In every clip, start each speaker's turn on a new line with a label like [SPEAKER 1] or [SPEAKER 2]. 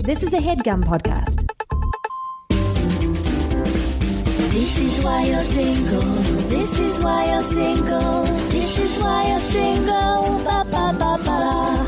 [SPEAKER 1] This is a headgum podcast.
[SPEAKER 2] This is why you're single. This is why you're single. This is why you're single. Ba ba ba ba.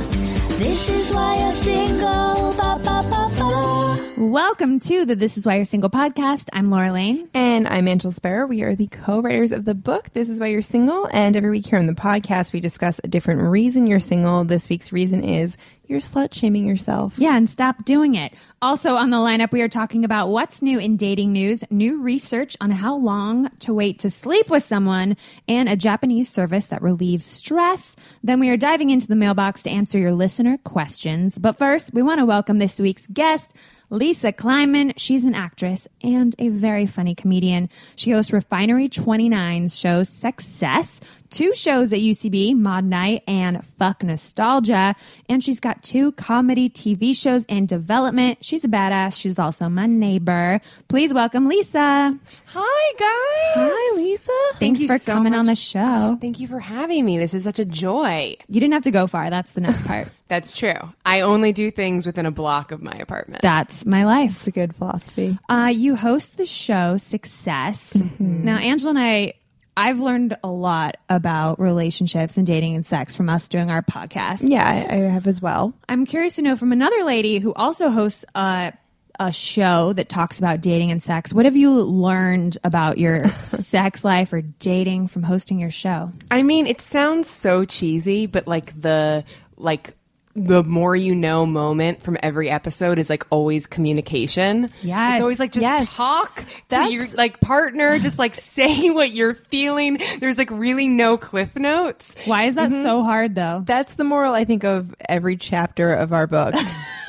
[SPEAKER 2] This is why you're single. Ba ba ba ba.
[SPEAKER 3] Welcome to the This Is Why You're Single podcast. I'm Laura Lane.
[SPEAKER 4] And I'm Angela Sparrow. We are the co writers of the book, This Is Why You're Single. And every week here on the podcast, we discuss a different reason you're single. This week's reason is you're slut shaming yourself.
[SPEAKER 3] Yeah, and stop doing it. Also on the lineup, we are talking about what's new in dating news, new research on how long to wait to sleep with someone, and a Japanese service that relieves stress. Then we are diving into the mailbox to answer your listener questions. But first, we want to welcome this week's guest. Lisa Kleinman, she's an actress and a very funny comedian. She hosts Refinery 29's show Success, two shows at UCB, Mod Night and Fuck Nostalgia, and she's got two comedy TV shows in development. She's a badass. She's also my neighbor. Please welcome Lisa.
[SPEAKER 5] Hi guys.
[SPEAKER 4] Hi, Lisa.
[SPEAKER 3] Thanks
[SPEAKER 5] you
[SPEAKER 3] for
[SPEAKER 5] so
[SPEAKER 3] coming on the
[SPEAKER 5] much.
[SPEAKER 3] show.
[SPEAKER 5] Thank you for having me. This is such a joy.
[SPEAKER 3] You didn't have to go far. That's the next part.
[SPEAKER 5] That's true. I only do things within a block of my apartment.
[SPEAKER 3] That's my life.
[SPEAKER 4] It's a good philosophy.
[SPEAKER 3] Uh, you host the show Success. Now, Angela and I, I've learned a lot about relationships and dating and sex from us doing our podcast.
[SPEAKER 4] Yeah, I, I have as well.
[SPEAKER 3] I'm curious to know from another lady who also hosts a, a show that talks about dating and sex. What have you learned about your sex life or dating from hosting your show?
[SPEAKER 5] I mean, it sounds so cheesy, but like the like the more you know moment from every episode is like always communication.
[SPEAKER 3] Yes.
[SPEAKER 5] It's always like just
[SPEAKER 4] Yes.
[SPEAKER 5] talk to
[SPEAKER 4] That's-
[SPEAKER 5] your like partner, just like say what you're feeling. There's like really no cliff notes.
[SPEAKER 3] Why is
[SPEAKER 4] Mm-hmm.
[SPEAKER 3] that so hard though?
[SPEAKER 4] That's the moral, I think, of every chapter of our book.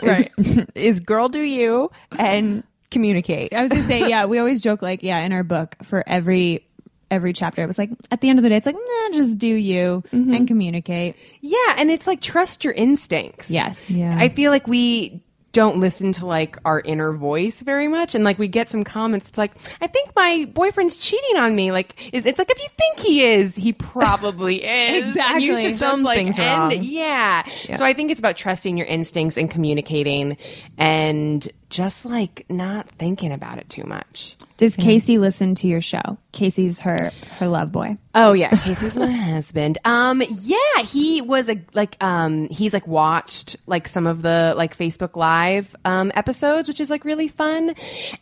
[SPEAKER 5] Right.
[SPEAKER 4] Is, is girl do you and communicate.
[SPEAKER 3] I was gonna say, yeah, we always joke like, yeah, in our book for every every chapter, it was like at the end of the day, it's like, nah, just do you
[SPEAKER 4] Mm-hmm.
[SPEAKER 3] and communicate.
[SPEAKER 5] Yeah, and it's like trust your instincts.
[SPEAKER 3] Yes.
[SPEAKER 4] Yeah.
[SPEAKER 5] I feel like we don't listen to like our inner voice very much and like we get some comments it's like I think my boyfriend's cheating on me like is it's like if you think he is he probably is And you
[SPEAKER 3] Exactly.
[SPEAKER 5] just,
[SPEAKER 4] Something's wrong.
[SPEAKER 5] end- yeah. so I think it's about trusting your instincts and communicating and just like not thinking about it too much
[SPEAKER 3] Does Casey listen to your show? Casey's her her love boy.
[SPEAKER 4] Uh,
[SPEAKER 5] Oh yeah, Casey's my husband. Um, yeah, he was a like um he's like watched like some of the like Facebook Live um episodes, which is like really fun,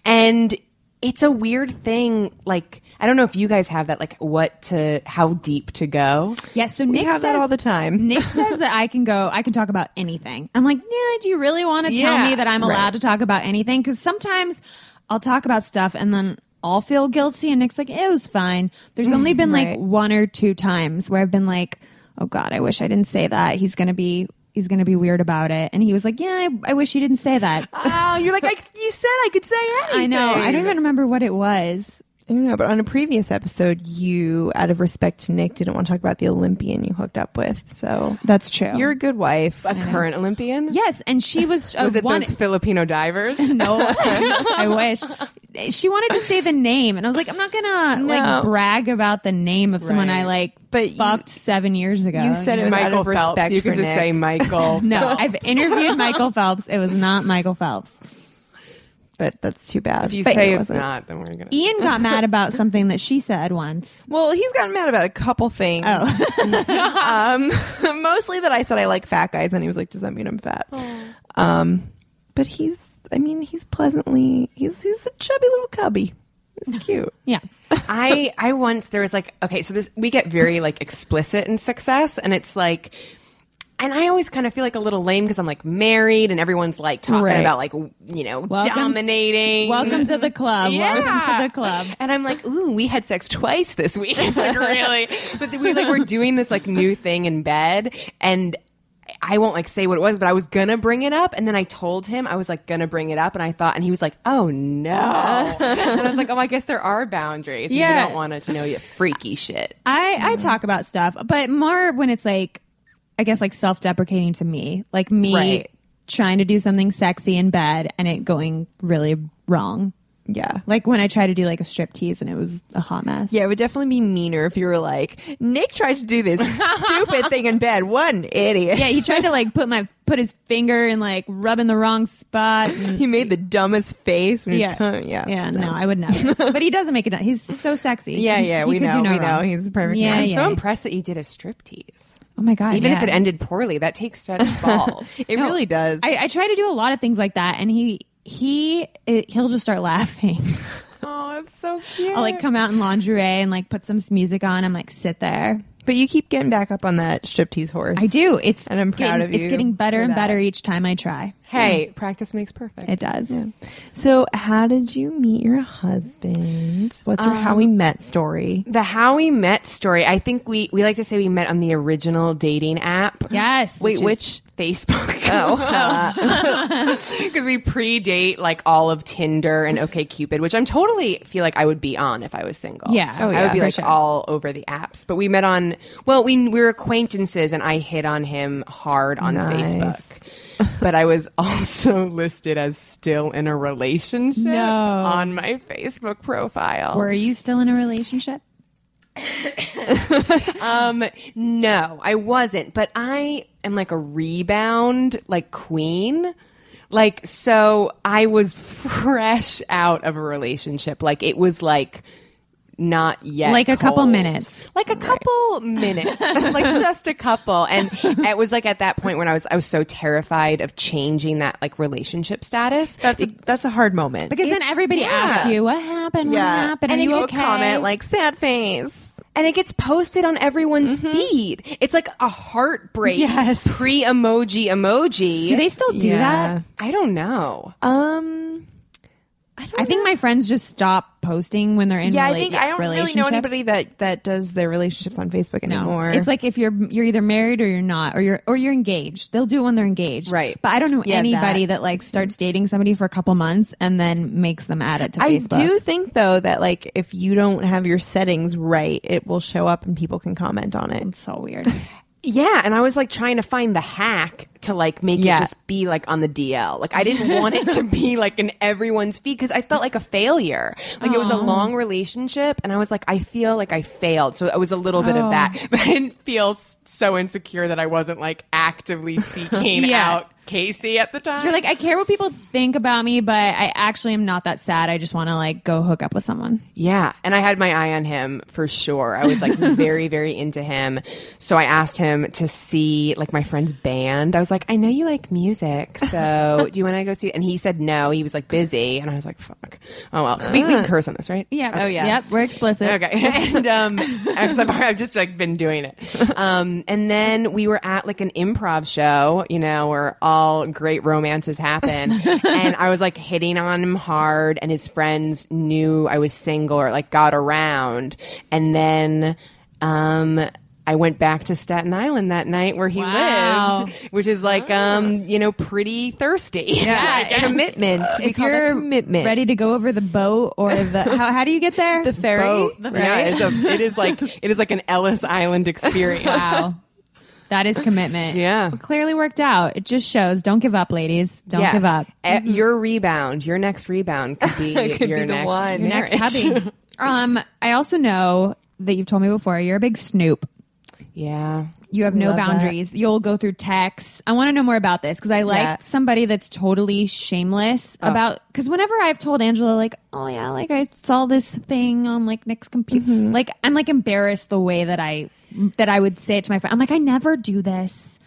[SPEAKER 5] and it's a weird thing. Like I don't know if you guys have that. Like what to how deep to go?
[SPEAKER 3] Yeah, so Nick
[SPEAKER 4] have that
[SPEAKER 3] says-
[SPEAKER 4] all the time.
[SPEAKER 3] Nick says that I can go, I can talk about anything. I'm like, yeah, do you really want to tell
[SPEAKER 5] Yeah,
[SPEAKER 3] me that I'm allowed to talk about anything? Because sometimes I'll talk about stuff and then I'll feel guilty, and Nick's like, it was fine. There's only been like
[SPEAKER 4] Right.
[SPEAKER 3] one or two times where I've been like, oh God, I wish I didn't say that. He's gonna be. He's gonna be weird about it, and he was like, "Yeah, I, I wish you didn't say that."
[SPEAKER 5] Oh, you're like I, you said I could say anything.
[SPEAKER 3] I know. I don't even remember what it was.
[SPEAKER 4] I don't know, but on a previous episode, you, out of respect to Nick, didn't want to talk about the Olympian you hooked up with. So
[SPEAKER 3] That's true.
[SPEAKER 4] you're a good wife.
[SPEAKER 5] a current Olympian.
[SPEAKER 3] yes, and she was. uh,
[SPEAKER 5] was it
[SPEAKER 3] one,
[SPEAKER 5] those Filipino divers?
[SPEAKER 3] no i wish she wanted to say the name and i was like i'm not gonna
[SPEAKER 4] No.
[SPEAKER 3] like brag about the name of someone i
[SPEAKER 5] Right.
[SPEAKER 3] like
[SPEAKER 4] But you-
[SPEAKER 3] fucked seven years ago
[SPEAKER 4] you said it was out
[SPEAKER 5] Michael
[SPEAKER 4] of respect
[SPEAKER 5] Phelps. You
[SPEAKER 4] for
[SPEAKER 5] can just
[SPEAKER 4] Nick.
[SPEAKER 5] say Michael.
[SPEAKER 3] no i've interviewed michael phelps it was not michael phelps
[SPEAKER 4] but that's too bad.
[SPEAKER 5] If you
[SPEAKER 4] But
[SPEAKER 5] say
[SPEAKER 4] it
[SPEAKER 5] it's
[SPEAKER 4] wasn't.
[SPEAKER 5] not, then we're gonna.
[SPEAKER 3] ian got mad about something that she said once
[SPEAKER 4] Well, he's gotten mad about a couple things.
[SPEAKER 5] Oh.
[SPEAKER 4] um, mostly that I said I like fat guys, and he was like, "Does that mean I'm fat?"
[SPEAKER 5] Oh.
[SPEAKER 4] Um, but he's, I mean, he's pleasantly, he's he's a chubby little cubby. He's cute.
[SPEAKER 3] yeah
[SPEAKER 5] I I once there was like okay, so this we get very like explicit in success, and it's like. And I always kind of feel like a little lame because I'm like married and everyone's like talking
[SPEAKER 4] Right.
[SPEAKER 5] about like, w- you know,
[SPEAKER 3] Welcome-
[SPEAKER 5] dominating.
[SPEAKER 3] welcome to the club
[SPEAKER 5] Yeah.
[SPEAKER 3] welcome to the club
[SPEAKER 5] And I'm like, ooh, we had sex twice this week. It's like really, but we like we're doing this like new thing in bed, and I won't like say what it was, but I was gonna bring it up, and then I told him I was like gonna bring it up, and I thought, and he was like, oh no, and I was like, oh, I guess there are boundaries. and
[SPEAKER 3] Yeah.
[SPEAKER 5] you don't want it to know you freaky shit.
[SPEAKER 3] I, I talk about stuff, but more when it's like, I guess like self deprecating to me, like me
[SPEAKER 5] Right.
[SPEAKER 3] trying to do something sexy in bed and it going really wrong.
[SPEAKER 4] Yeah.
[SPEAKER 3] Like when I tried to do like a strip tease and it was a hot mess.
[SPEAKER 4] Yeah, it would definitely be meaner if you were like, Nick tried to do this stupid thing in bed. What an idiot.
[SPEAKER 3] Yeah, he tried to like put my put his finger and like rub in the wrong spot. And,
[SPEAKER 4] He made the dumbest face when he was
[SPEAKER 3] yeah,
[SPEAKER 4] coming. Yeah.
[SPEAKER 3] yeah. No, I would never. But he doesn't make it. He's so sexy.
[SPEAKER 4] Yeah,
[SPEAKER 3] He-
[SPEAKER 4] yeah,
[SPEAKER 3] he
[SPEAKER 4] we
[SPEAKER 3] could do
[SPEAKER 4] know,
[SPEAKER 3] no
[SPEAKER 4] we know.
[SPEAKER 3] wrong.
[SPEAKER 4] He's the perfect
[SPEAKER 3] Yeah,
[SPEAKER 4] man.
[SPEAKER 5] I'm
[SPEAKER 3] yeah.
[SPEAKER 5] so impressed that you did a striptease.
[SPEAKER 3] Oh my god!
[SPEAKER 5] Even if it
[SPEAKER 3] yeah.
[SPEAKER 5] ended poorly, that takes such balls.
[SPEAKER 4] It
[SPEAKER 3] No,
[SPEAKER 4] really does.
[SPEAKER 3] I, I try to do a lot of things like that, and he he it, he'll just start laughing.
[SPEAKER 4] oh, it's so cute.
[SPEAKER 3] I'll like come out in lingerie and like put some music on. I'm like sit there.
[SPEAKER 4] But you keep getting back up on that striptease horse.
[SPEAKER 3] I do. It's
[SPEAKER 4] And I'm proud
[SPEAKER 3] getting,
[SPEAKER 4] of
[SPEAKER 3] It's
[SPEAKER 4] you
[SPEAKER 3] getting better
[SPEAKER 4] for
[SPEAKER 3] and
[SPEAKER 4] that.
[SPEAKER 3] better each time I try.
[SPEAKER 5] Hey, practice makes perfect.
[SPEAKER 3] It does.
[SPEAKER 4] So, how did you meet your husband? What's your
[SPEAKER 3] Um,
[SPEAKER 4] how we met story?
[SPEAKER 5] the how we met story. I think we we like to say we met on the original dating app.
[SPEAKER 3] Yes. Which
[SPEAKER 5] Wait,
[SPEAKER 3] is-
[SPEAKER 5] which Facebook? because we predate like all of Tinder and OkCupid, which I'm totally feel like I would be on if I was single.
[SPEAKER 3] Yeah. Oh,
[SPEAKER 5] I
[SPEAKER 4] yeah,
[SPEAKER 5] would be
[SPEAKER 4] for
[SPEAKER 5] like all over the apps. But we met on well, we, we were acquaintances, and I hit on him hard on
[SPEAKER 4] Nice.
[SPEAKER 5] Facebook. but I was also listed as still in a relationship
[SPEAKER 3] No.
[SPEAKER 5] on my Facebook profile.
[SPEAKER 3] Were you still in a relationship?
[SPEAKER 5] Um, no, I wasn't, but I am like a rebound like queen. Like so I was fresh out of a relationship. Like it was like not yet
[SPEAKER 3] Like a couple
[SPEAKER 5] cold.
[SPEAKER 3] minutes.
[SPEAKER 5] like a couple minutes like just a couple and it was like at that point when i was i was so terrified of changing that like relationship status
[SPEAKER 4] That's a, that's a hard moment.
[SPEAKER 3] Because then everybody asks you, "What happened? What happened?
[SPEAKER 4] and
[SPEAKER 3] Are you
[SPEAKER 4] then people
[SPEAKER 3] okay?"
[SPEAKER 4] comment like sad face.
[SPEAKER 5] and it gets posted on everyone's
[SPEAKER 3] Mm-hmm.
[SPEAKER 5] feed. It's like a heartbreak
[SPEAKER 4] Yes.
[SPEAKER 5] pre emoji emoji.
[SPEAKER 3] do they still do that?
[SPEAKER 5] I don't know.
[SPEAKER 4] Um,
[SPEAKER 3] I think my friends just stop posting when they're in.
[SPEAKER 4] yeah, I
[SPEAKER 3] rela-
[SPEAKER 4] think I don't really know
[SPEAKER 3] relationships.
[SPEAKER 4] anybody that that does their relationships on Facebook
[SPEAKER 3] No.
[SPEAKER 4] anymore.
[SPEAKER 3] It's like if you're you're either married or you're not, or you're or you're engaged. They'll do it when they're engaged,
[SPEAKER 5] Right.
[SPEAKER 3] But I don't know
[SPEAKER 4] Yeah,
[SPEAKER 3] anybody that. like starts dating somebody for a couple months and then makes them add it to
[SPEAKER 4] I
[SPEAKER 3] Facebook.
[SPEAKER 4] do think though that like if you don't have your settings right, it will show up and people can comment on it.
[SPEAKER 3] It's so weird.
[SPEAKER 5] Yeah, and I was like trying to find the hack to like make
[SPEAKER 4] Yeah.
[SPEAKER 5] it just be like on the DL. Like I didn't want it to be like in everyone's feed because I felt like a failure. Like it was a long relationship, and I was like, I feel like I failed. So it was a little bit of
[SPEAKER 3] Oh.
[SPEAKER 5] that, but I didn't feel s- so insecure that I wasn't like actively seeking
[SPEAKER 3] Yeah.
[SPEAKER 5] out Casey at the time.
[SPEAKER 3] You're like, I care what people think about me, but I actually am not that sad. I just want to like go hook up with someone.
[SPEAKER 5] Yeah, and I had my eye on him for sure. I was like very, very into him. So I asked him to see like my friend's band. I was like, I know you like music, so do you want to go see? And he said no. He was like busy, and I was like, fuck. Oh well, we, we can curse on this, right?
[SPEAKER 3] Yeah.
[SPEAKER 4] Oh, yeah.
[SPEAKER 3] Yep. We're explicit.
[SPEAKER 5] Okay. And um, because I've, I've just like been doing it. Um, and then we were at like an improv show, you know, where all great romances happen. and I was like hitting on him hard, and his friends knew I was single or like got around. And then, um. I went back to Staten Island that night where he
[SPEAKER 3] Wow.
[SPEAKER 5] lived, which is like, um, you know, pretty thirsty.
[SPEAKER 4] Yeah, commitment. We
[SPEAKER 3] If
[SPEAKER 4] call that
[SPEAKER 3] you're
[SPEAKER 4] commitment.
[SPEAKER 3] ready to go over the boat or the how, how do you get there?
[SPEAKER 4] the ferry,
[SPEAKER 5] Boat.
[SPEAKER 4] right?
[SPEAKER 5] Yeah, it's a, it is like it is like an Ellis Island experience.
[SPEAKER 3] Wow. That is commitment.
[SPEAKER 5] Yeah.
[SPEAKER 3] Well, clearly worked out. It just shows. Don't give up, ladies. Don't
[SPEAKER 5] Yeah.
[SPEAKER 3] give up.
[SPEAKER 5] E- Your rebound, your next rebound could be
[SPEAKER 4] could
[SPEAKER 5] your
[SPEAKER 4] be the
[SPEAKER 5] next
[SPEAKER 4] one.
[SPEAKER 3] Your next
[SPEAKER 5] marriage.
[SPEAKER 3] hubby. um, I also know that you've told me before you're a big snoop.
[SPEAKER 5] Yeah.
[SPEAKER 3] You have no
[SPEAKER 4] Love that.
[SPEAKER 3] boundaries. You'll go through texts. I want to know more about this because I like
[SPEAKER 4] Yeah.
[SPEAKER 3] somebody that's totally shameless about. Because whenever I've told Angela, like, oh yeah, like I saw this thing on like Nick's computer, like I'm like embarrassed the way that I that I would say it to my friend. I'm like, I never do this.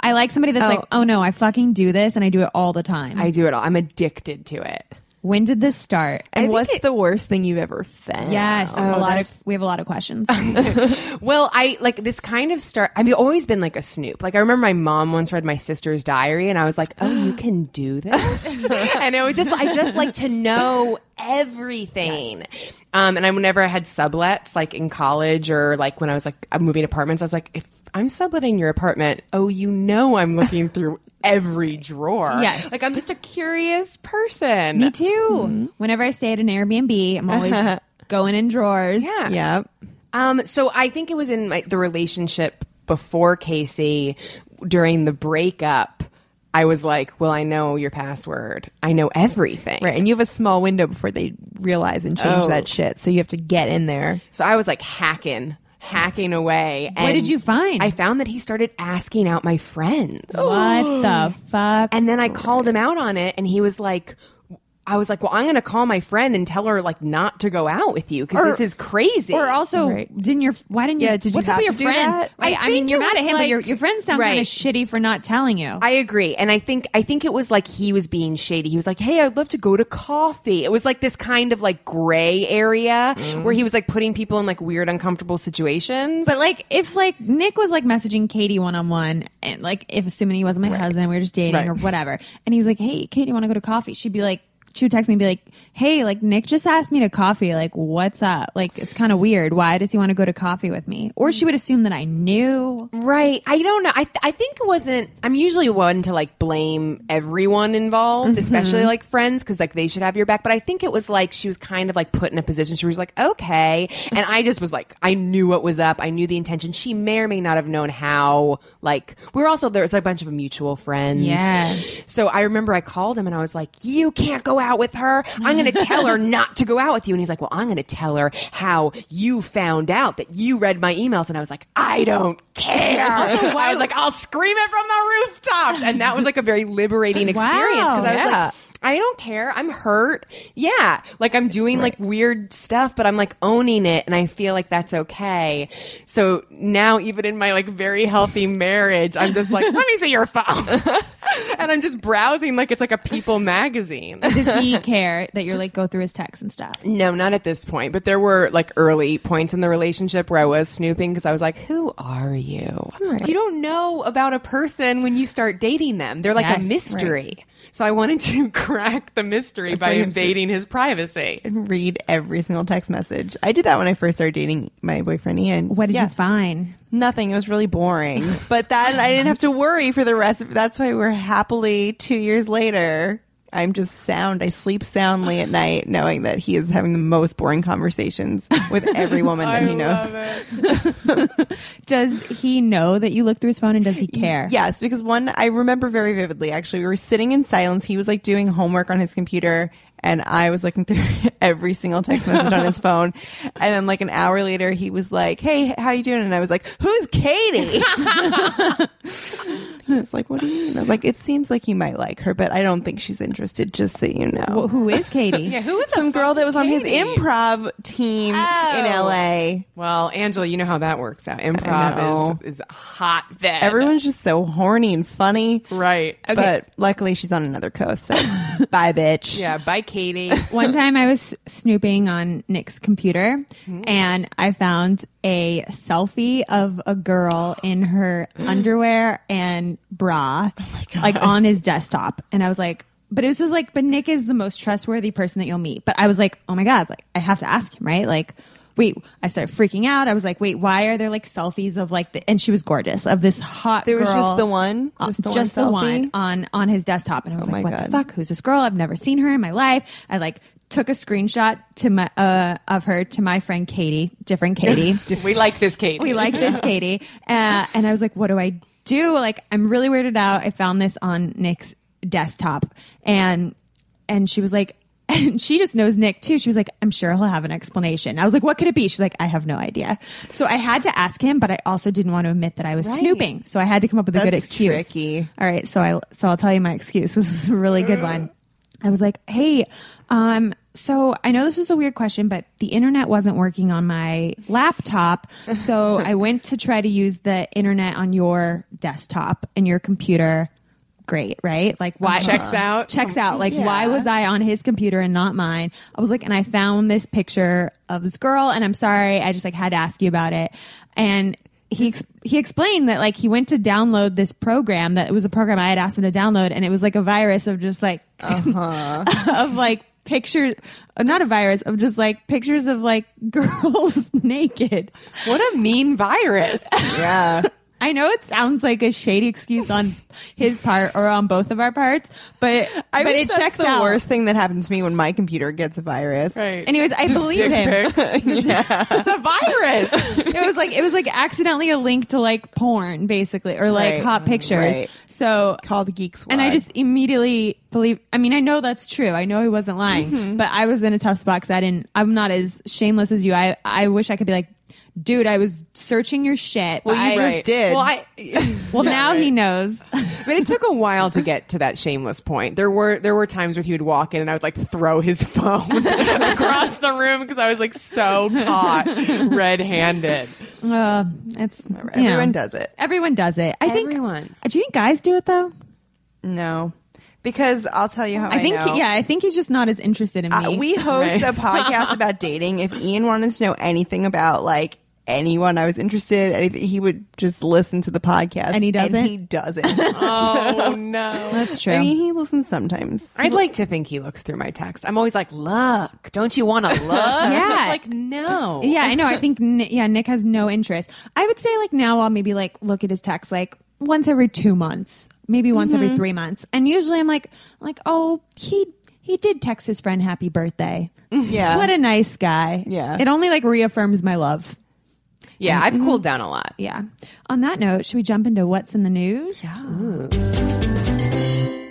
[SPEAKER 3] I like somebody that's like, oh no, I fucking do this and I do it all the time.
[SPEAKER 5] I do it all. I'm addicted to it.
[SPEAKER 3] when did this start?
[SPEAKER 4] And what's the worst thing you've ever found? Oh,
[SPEAKER 3] Yes, a lot of
[SPEAKER 5] that's-
[SPEAKER 3] we have a lot of questions.
[SPEAKER 5] Well, I like this kind of start. I've always been like a snoop. Like I remember my mom once read my sister's diary, and I was like, "Oh, you can do this," and I would just, I just like to know everything. Um, and I whenever I had sublets, like in college or like when I was like I'm moving apartments, I was like, if I'm subletting your apartment, oh, you know, I'm looking through every drawer.
[SPEAKER 3] Yes.
[SPEAKER 5] like I'm just a curious person.
[SPEAKER 3] Me too. Whenever I stay at an Airbnb, I'm always going in drawers.
[SPEAKER 5] Yeah.
[SPEAKER 4] Yep.
[SPEAKER 5] Um, so I think it was in my, the relationship before Casey during the breakup. I was like, well, I know your password. I know everything.
[SPEAKER 4] Right, and you have a small window before they realize and change
[SPEAKER 5] Oh.
[SPEAKER 4] that shit. So you have to get in there.
[SPEAKER 5] So I was like hacking, hacking away. And
[SPEAKER 3] did you find?
[SPEAKER 5] I found that he started asking out my friends.
[SPEAKER 3] What the fuck?
[SPEAKER 5] And then I called him out on it, and he was like, I was like, well, I'm going to call my friend and tell her like not to go out with you because
[SPEAKER 3] Or-
[SPEAKER 5] this is crazy.
[SPEAKER 3] Or also,
[SPEAKER 4] Right.
[SPEAKER 3] didn't your why didn't you?
[SPEAKER 4] Yeah, did you
[SPEAKER 3] what's up
[SPEAKER 4] have
[SPEAKER 3] with your
[SPEAKER 4] to do
[SPEAKER 3] friends?
[SPEAKER 4] that?
[SPEAKER 3] I, I, mean,
[SPEAKER 5] think
[SPEAKER 3] you're
[SPEAKER 5] it
[SPEAKER 3] mad at
[SPEAKER 5] was
[SPEAKER 3] him, but
[SPEAKER 5] like-
[SPEAKER 3] your your friends sound kind
[SPEAKER 5] Right.
[SPEAKER 3] of shitty for not telling you.
[SPEAKER 5] I agree, and I think I think it was like he was being shady. He was like, "Hey, I'd love to go to coffee." It was like this kind of like gray area where he was like putting people in like weird, uncomfortable situations.
[SPEAKER 3] Mm-hmm. but like, if like Nick was like messaging Katie one on one, and like if assuming he wasn't my husband, we were just dating
[SPEAKER 5] Right.
[SPEAKER 3] or whatever, and he's like, "Hey, Katie, want to go to coffee?" She'd be like. She would text me and be like, "Hey, like Nick just asked me to coffee. Like, what's up? Like, it's kind of weird. Why does he want to go to coffee with me?" Or she would assume that I knew.
[SPEAKER 5] Right. I don't know. I, th- I think it wasn't. I'm usually one to like blame everyone involved,
[SPEAKER 3] Mm-hmm.
[SPEAKER 5] especially like friends, because like they should have your back. But I think it was like she was kind of like put in a position. She was like, okay. And I just was like, I knew what was up. I knew the intention. She may or may not have known how, like, we we're also, there's a bunch of mutual friends.
[SPEAKER 3] Yeah.
[SPEAKER 5] So I remember I called him and I was like, You can't go out with her. I'm going to tell her not to go out with you. And he's like, Well, I'm going to tell her how you found out that you read my emails. And I was like, I don't care. I was like, I'll scream it from the rooftops. And that was like a very liberating experience because I was
[SPEAKER 4] Yeah.
[SPEAKER 5] like, I don't care. I'm hurt. Yeah. Like I'm doing like weird stuff, but I'm like owning it and I feel like that's okay. So now even in my like very healthy marriage, I'm just like, let me see your phone. and I'm just browsing like it's like a people magazine.
[SPEAKER 3] Does he care that you're like go through his texts and stuff?
[SPEAKER 5] No, not at this point, but there were like early points in the relationship where I was snooping because I was like, who are you? You don't know about a person when you start dating them. They're like
[SPEAKER 3] Yes,
[SPEAKER 5] a mystery. So I wanted to crack the mystery by
[SPEAKER 4] why I'm so-
[SPEAKER 5] invading his privacy.
[SPEAKER 4] and read every single text message. I did that when I first started dating my boyfriend Ian.
[SPEAKER 3] What did
[SPEAKER 4] Yeah.
[SPEAKER 3] you find?
[SPEAKER 4] Nothing. It was really boring. But that I didn't have to worry for the rest of that's why we're happily two years later. I'm just sound. I sleep soundly at night knowing that he is having the most boring conversations with every woman that he knows.
[SPEAKER 3] Does he know that you look through his phone and does he care?
[SPEAKER 4] Yes, because one I remember very vividly. Actually, we were sitting in silence. He was like doing homework on his computer, and I was looking through every single text message on his phone. And then, like an hour later, he was like, "Hey, how you doing?" And I was like, "Who's Katie?" he was like, "What do you mean?" I was like, "It seems like you might like her, but I don't think she's interested. Just so you know."
[SPEAKER 3] Well, who is Katie?
[SPEAKER 5] Who is Oh.
[SPEAKER 4] Some girl that was on his improv team in LA.
[SPEAKER 5] Well, Angela, you know how that works out.
[SPEAKER 4] know.
[SPEAKER 5] Improv is is hot then.
[SPEAKER 4] Everyone's just so horny and funny.
[SPEAKER 5] right.
[SPEAKER 4] But luckily, she's on another coast. So bye, bitch.
[SPEAKER 5] yeah, bye Katie.
[SPEAKER 3] One time I was snooping on Nick's computer and I found a selfie of a girl in her underwear and bra,
[SPEAKER 4] Oh
[SPEAKER 3] like on his desktop. And I was like, but it was just like, but Nick is the most trustworthy person that you'll meet. But I was like, oh my God, like I have to ask him, right? Like, wait, I started freaking out. I was like, wait, why are there like selfies of like, the, and she was gorgeous, of this hot
[SPEAKER 4] There was
[SPEAKER 3] girl-
[SPEAKER 4] just the one?
[SPEAKER 3] Uh,
[SPEAKER 4] Just
[SPEAKER 3] Just
[SPEAKER 4] the
[SPEAKER 3] the,
[SPEAKER 4] one selfie? Oh
[SPEAKER 3] one on, on his desktop. And I was
[SPEAKER 4] my
[SPEAKER 3] like, what
[SPEAKER 4] God.
[SPEAKER 3] the fuck? Who's this girl? I've never seen her in my life. I like took a screenshot to my uh, of her to my friend Katie, different Katie.
[SPEAKER 5] we like this Katie.
[SPEAKER 3] we like this Katie, uh, and I was like, what do I do? Like, I'm really weirded out. I found this on Nick's desktop, and and she was like. And she just knows Nick too. She was like, I'm sure he'll have an explanation. I was like, what could it be? She's like, I have no idea. So I had to ask him, but I also didn't want to admit that I was snooping. So I had to come up with a good
[SPEAKER 4] That's
[SPEAKER 3] excuse.
[SPEAKER 4] tricky.
[SPEAKER 3] All right, so I so I'll tell you my excuse. This is a really good one. I was like, "Hey, um, so I know this is a weird question, but the internet wasn't working on my laptop, so I went to try to use the internet on your desktop and your computer." Great, right? Like why
[SPEAKER 5] Checks out.
[SPEAKER 3] Checks out. Like why was I on his computer and not mine? I was like, and I found this picture of this girl, and I'm sorry, I just like had to ask you about it, and he ex- he explained that like he went to download this program that it was a program I had asked him to download and it was like a virus of just like of like pictures uh, not a virus of just like pictures of like girls naked
[SPEAKER 5] what a mean virus.
[SPEAKER 4] Yeah.
[SPEAKER 3] I know it sounds like a shady excuse on his part or on both of our parts, but
[SPEAKER 4] I
[SPEAKER 3] but
[SPEAKER 4] wish
[SPEAKER 3] it
[SPEAKER 4] that's
[SPEAKER 3] checks
[SPEAKER 4] the
[SPEAKER 3] out.
[SPEAKER 4] worst thing that happens to me when my computer gets a virus.
[SPEAKER 6] Right.
[SPEAKER 3] Anyways, I believe
[SPEAKER 6] dick
[SPEAKER 3] him.
[SPEAKER 6] pics. It's a virus.
[SPEAKER 3] it was like it was like accidentally a link to like porn, basically, or like
[SPEAKER 4] Right.
[SPEAKER 3] hot pictures.
[SPEAKER 4] Right.
[SPEAKER 3] So
[SPEAKER 4] Call the geek squad.
[SPEAKER 3] and I just immediately believe. I mean, I know that's true. I know he wasn't lying,
[SPEAKER 4] Mm-hmm.
[SPEAKER 3] but I was in a tough spot because I didn't. I'm not as shameless as you. I I wish I could be like, dude, I was searching your shit. Well,
[SPEAKER 4] you
[SPEAKER 3] I,
[SPEAKER 4] just did.
[SPEAKER 6] Well, I.
[SPEAKER 3] Well, now he knows.
[SPEAKER 6] I mean, it took a while to get to that shameless point. There were there were times where he would walk in and I would like throw his phone across the room because I was like so caught red-handed.
[SPEAKER 3] Uh, it's you know.
[SPEAKER 4] everyone does it.
[SPEAKER 3] Everyone does it. I think uh,
[SPEAKER 5] Everyone.
[SPEAKER 3] Do you think guys do it though?
[SPEAKER 4] No, because I'll tell you how I,
[SPEAKER 3] I, think
[SPEAKER 4] know.
[SPEAKER 3] yeah. I think he's just not as interested in me.
[SPEAKER 4] Uh, we host a podcast about dating. If Ian wanted to know anything about like anyone I was interested, anything, he would just listen to the podcast.
[SPEAKER 3] And he doesn't?
[SPEAKER 4] he doesn't.
[SPEAKER 6] Oh no.
[SPEAKER 3] That's true.
[SPEAKER 4] I mean, he listens sometimes.
[SPEAKER 5] I'd like to think he looks through my text. I'm always like, look, don't you want to look?
[SPEAKER 3] Yeah.
[SPEAKER 5] like, no.
[SPEAKER 3] yeah, I know. I think Ni- yeah, Nick has no interest. I would say like now I'll maybe like look at his text like once every two months, maybe once every
[SPEAKER 4] Mm-hmm.
[SPEAKER 3] three months, and usually I'm like like oh he he did text his friend happy birthday.
[SPEAKER 4] Yeah.
[SPEAKER 3] what a nice guy.
[SPEAKER 4] Uh, Yeah.
[SPEAKER 3] it only like reaffirms my love.
[SPEAKER 5] Yeah, I've cooled down a lot.
[SPEAKER 3] Yeah. On that note, should we jump into what's in the news?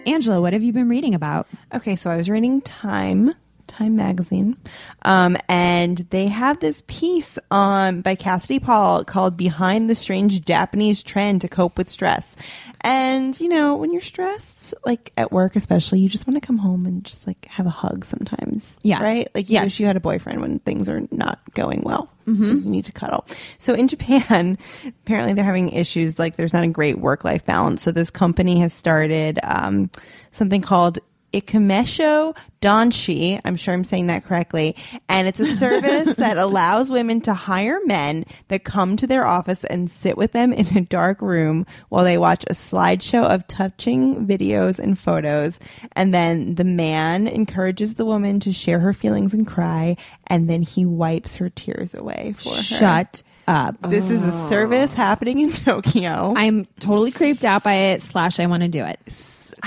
[SPEAKER 3] Angela, what have you been reading about?
[SPEAKER 4] Okay, so I was reading Time, Time magazine, um, and they have this piece on by Cassidy Paul called "Behind the Strange Japanese Trend to Cope with Stress." And you know, when you're stressed, like at work especially, you just want to come home and just like have a hug sometimes.
[SPEAKER 3] Yeah.
[SPEAKER 4] right. Like you
[SPEAKER 3] Yes.
[SPEAKER 4] wish you had a boyfriend when things are not going well because you need to cuddle. So in Japan, apparently they're having issues. Like there's not a great work life balance. So this company has started um, something called Ikamesho Danshi. I'm sure I'm saying that correctly. And it's a service that allows women to hire men that come to their office and sit with them in a dark room while they watch a slideshow of touching videos and photos. And then the man encourages the woman to share her feelings and cry. And then he wipes her tears away for her.
[SPEAKER 3] Shut up.
[SPEAKER 4] This is a service happening in Tokyo.
[SPEAKER 3] I'm totally creeped out by it, slash, I want to do it.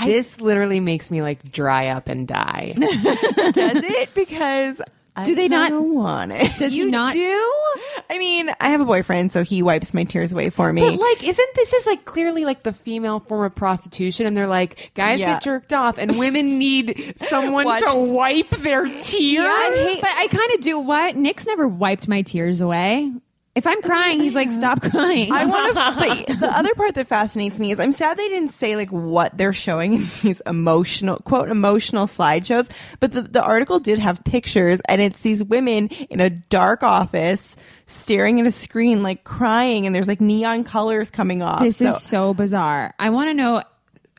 [SPEAKER 6] this literally makes me like dry up and die.
[SPEAKER 4] does it because I
[SPEAKER 3] Do they not-
[SPEAKER 4] kinda want it?
[SPEAKER 3] Does he
[SPEAKER 4] you
[SPEAKER 3] not-
[SPEAKER 4] do? I mean, I have a boyfriend, so he wipes my tears away for me.
[SPEAKER 6] But like, isn't this is like clearly like the female form of prostitution? And they're like, guys
[SPEAKER 4] Yeah.
[SPEAKER 6] get jerked off, and women need someone
[SPEAKER 4] Watch-
[SPEAKER 6] to wipe their tears.
[SPEAKER 3] but I kind of do. What? Nick's never wiped my tears away. If I'm crying, he's like, stop crying.
[SPEAKER 4] I want to, but the other part that fascinates me is I'm sad they didn't say like what they're showing in these emotional quote emotional slideshows. But the, the article did have pictures, and it's these women in a dark office staring at a screen, like crying, and there's like neon colors coming off.
[SPEAKER 3] this
[SPEAKER 4] So
[SPEAKER 3] is so bizarre. I want to know.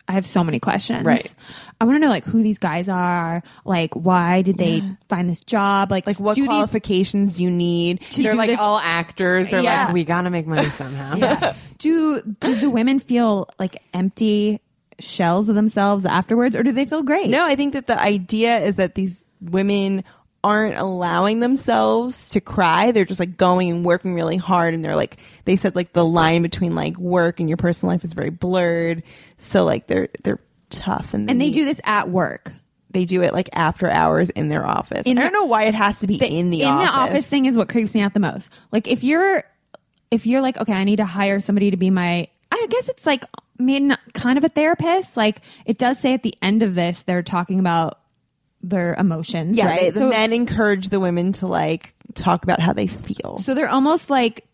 [SPEAKER 3] I have so many questions.
[SPEAKER 6] Right.
[SPEAKER 3] I want to know like who these guys are. Like, why did they find this job? Like,
[SPEAKER 4] like what
[SPEAKER 3] do these
[SPEAKER 4] qualifications do you need?
[SPEAKER 3] to
[SPEAKER 6] they're
[SPEAKER 3] do
[SPEAKER 6] like
[SPEAKER 3] this-
[SPEAKER 6] all actors. They're
[SPEAKER 4] Yeah.
[SPEAKER 6] like, we gotta make money somehow.
[SPEAKER 3] do do the women feel like empty shells of themselves afterwards, or do they feel great?
[SPEAKER 4] No, I think that the idea is that these women aren't allowing themselves to cry. They're just like going and working really hard and they're like they said like the line between like work and your personal life is very blurred. So like they're they're tough and they,
[SPEAKER 3] and they
[SPEAKER 4] need-
[SPEAKER 3] do this at work.
[SPEAKER 4] they do it like after hours in their office.
[SPEAKER 3] In
[SPEAKER 4] I
[SPEAKER 3] the-
[SPEAKER 4] don't know why it has to be in the office.
[SPEAKER 3] thing is what creeps me out the most. Like if you're if you're like okay, I need to hire somebody to be my I guess it's like I mean kind of a therapist. Like it does say at the end of this they're talking about their emotions,
[SPEAKER 4] Yeah,
[SPEAKER 3] right?
[SPEAKER 4] they, the men encourage the women to like talk about how they feel.
[SPEAKER 3] so they're almost like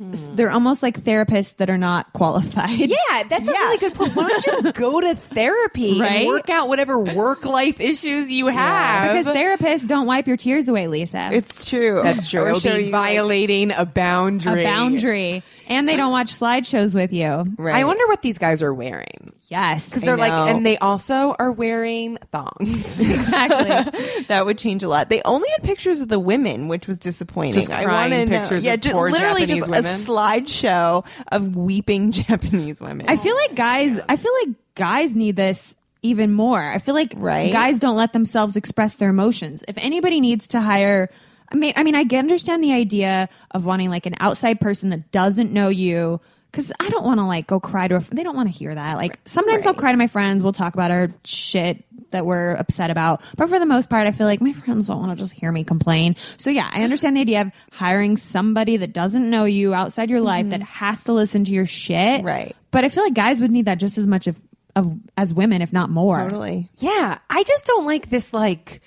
[SPEAKER 3] they're almost like therapists that are not qualified.
[SPEAKER 5] Hmm. Yeah, that's a really good point. Why don't you just go to therapy
[SPEAKER 3] Right?
[SPEAKER 5] and work out whatever work life issues you have?
[SPEAKER 3] Because therapists don't wipe your tears away, Lisa.
[SPEAKER 4] it's true.
[SPEAKER 6] That's true.
[SPEAKER 4] Or
[SPEAKER 6] It would
[SPEAKER 4] show
[SPEAKER 6] be
[SPEAKER 4] you, like-
[SPEAKER 6] violating a boundary.
[SPEAKER 3] a boundary. And they don't watch slideshows with you.
[SPEAKER 5] I wonder what these guys are wearing.
[SPEAKER 3] Yes.
[SPEAKER 5] They're like,
[SPEAKER 4] know.
[SPEAKER 5] and they also are wearing thongs.
[SPEAKER 3] exactly.
[SPEAKER 4] that would change a lot. They only had pictures of the women, which was disappointing.
[SPEAKER 6] Just crying
[SPEAKER 4] wanna know-
[SPEAKER 6] pictures
[SPEAKER 4] yeah,
[SPEAKER 6] of
[SPEAKER 4] ju-
[SPEAKER 6] poor
[SPEAKER 4] literally just
[SPEAKER 6] Japanese
[SPEAKER 4] a
[SPEAKER 6] women.
[SPEAKER 4] slideshow of weeping Japanese women.
[SPEAKER 3] I feel like guys. I feel like guys need this even more. I feel like
[SPEAKER 4] Right.
[SPEAKER 3] guys don't let themselves express their emotions. If anybody needs to hire, I mean, I mean, I can understand the idea of wanting like an outside person that doesn't know you Cause I don't want to like go cry to a. fr- They don't want to hear that. Like sometimes I'll cry to my friends. We'll talk about our shit that we're upset about. But for the most part, I feel like my friends don't want to just hear me complain. So yeah, I understand the idea of hiring somebody that doesn't know you outside your life that has to listen to your shit.
[SPEAKER 4] Mm-hmm. Right.
[SPEAKER 3] But I feel like guys would need that just as much of, of as women, if not more.
[SPEAKER 4] Totally.
[SPEAKER 5] Yeah, I just don't like this like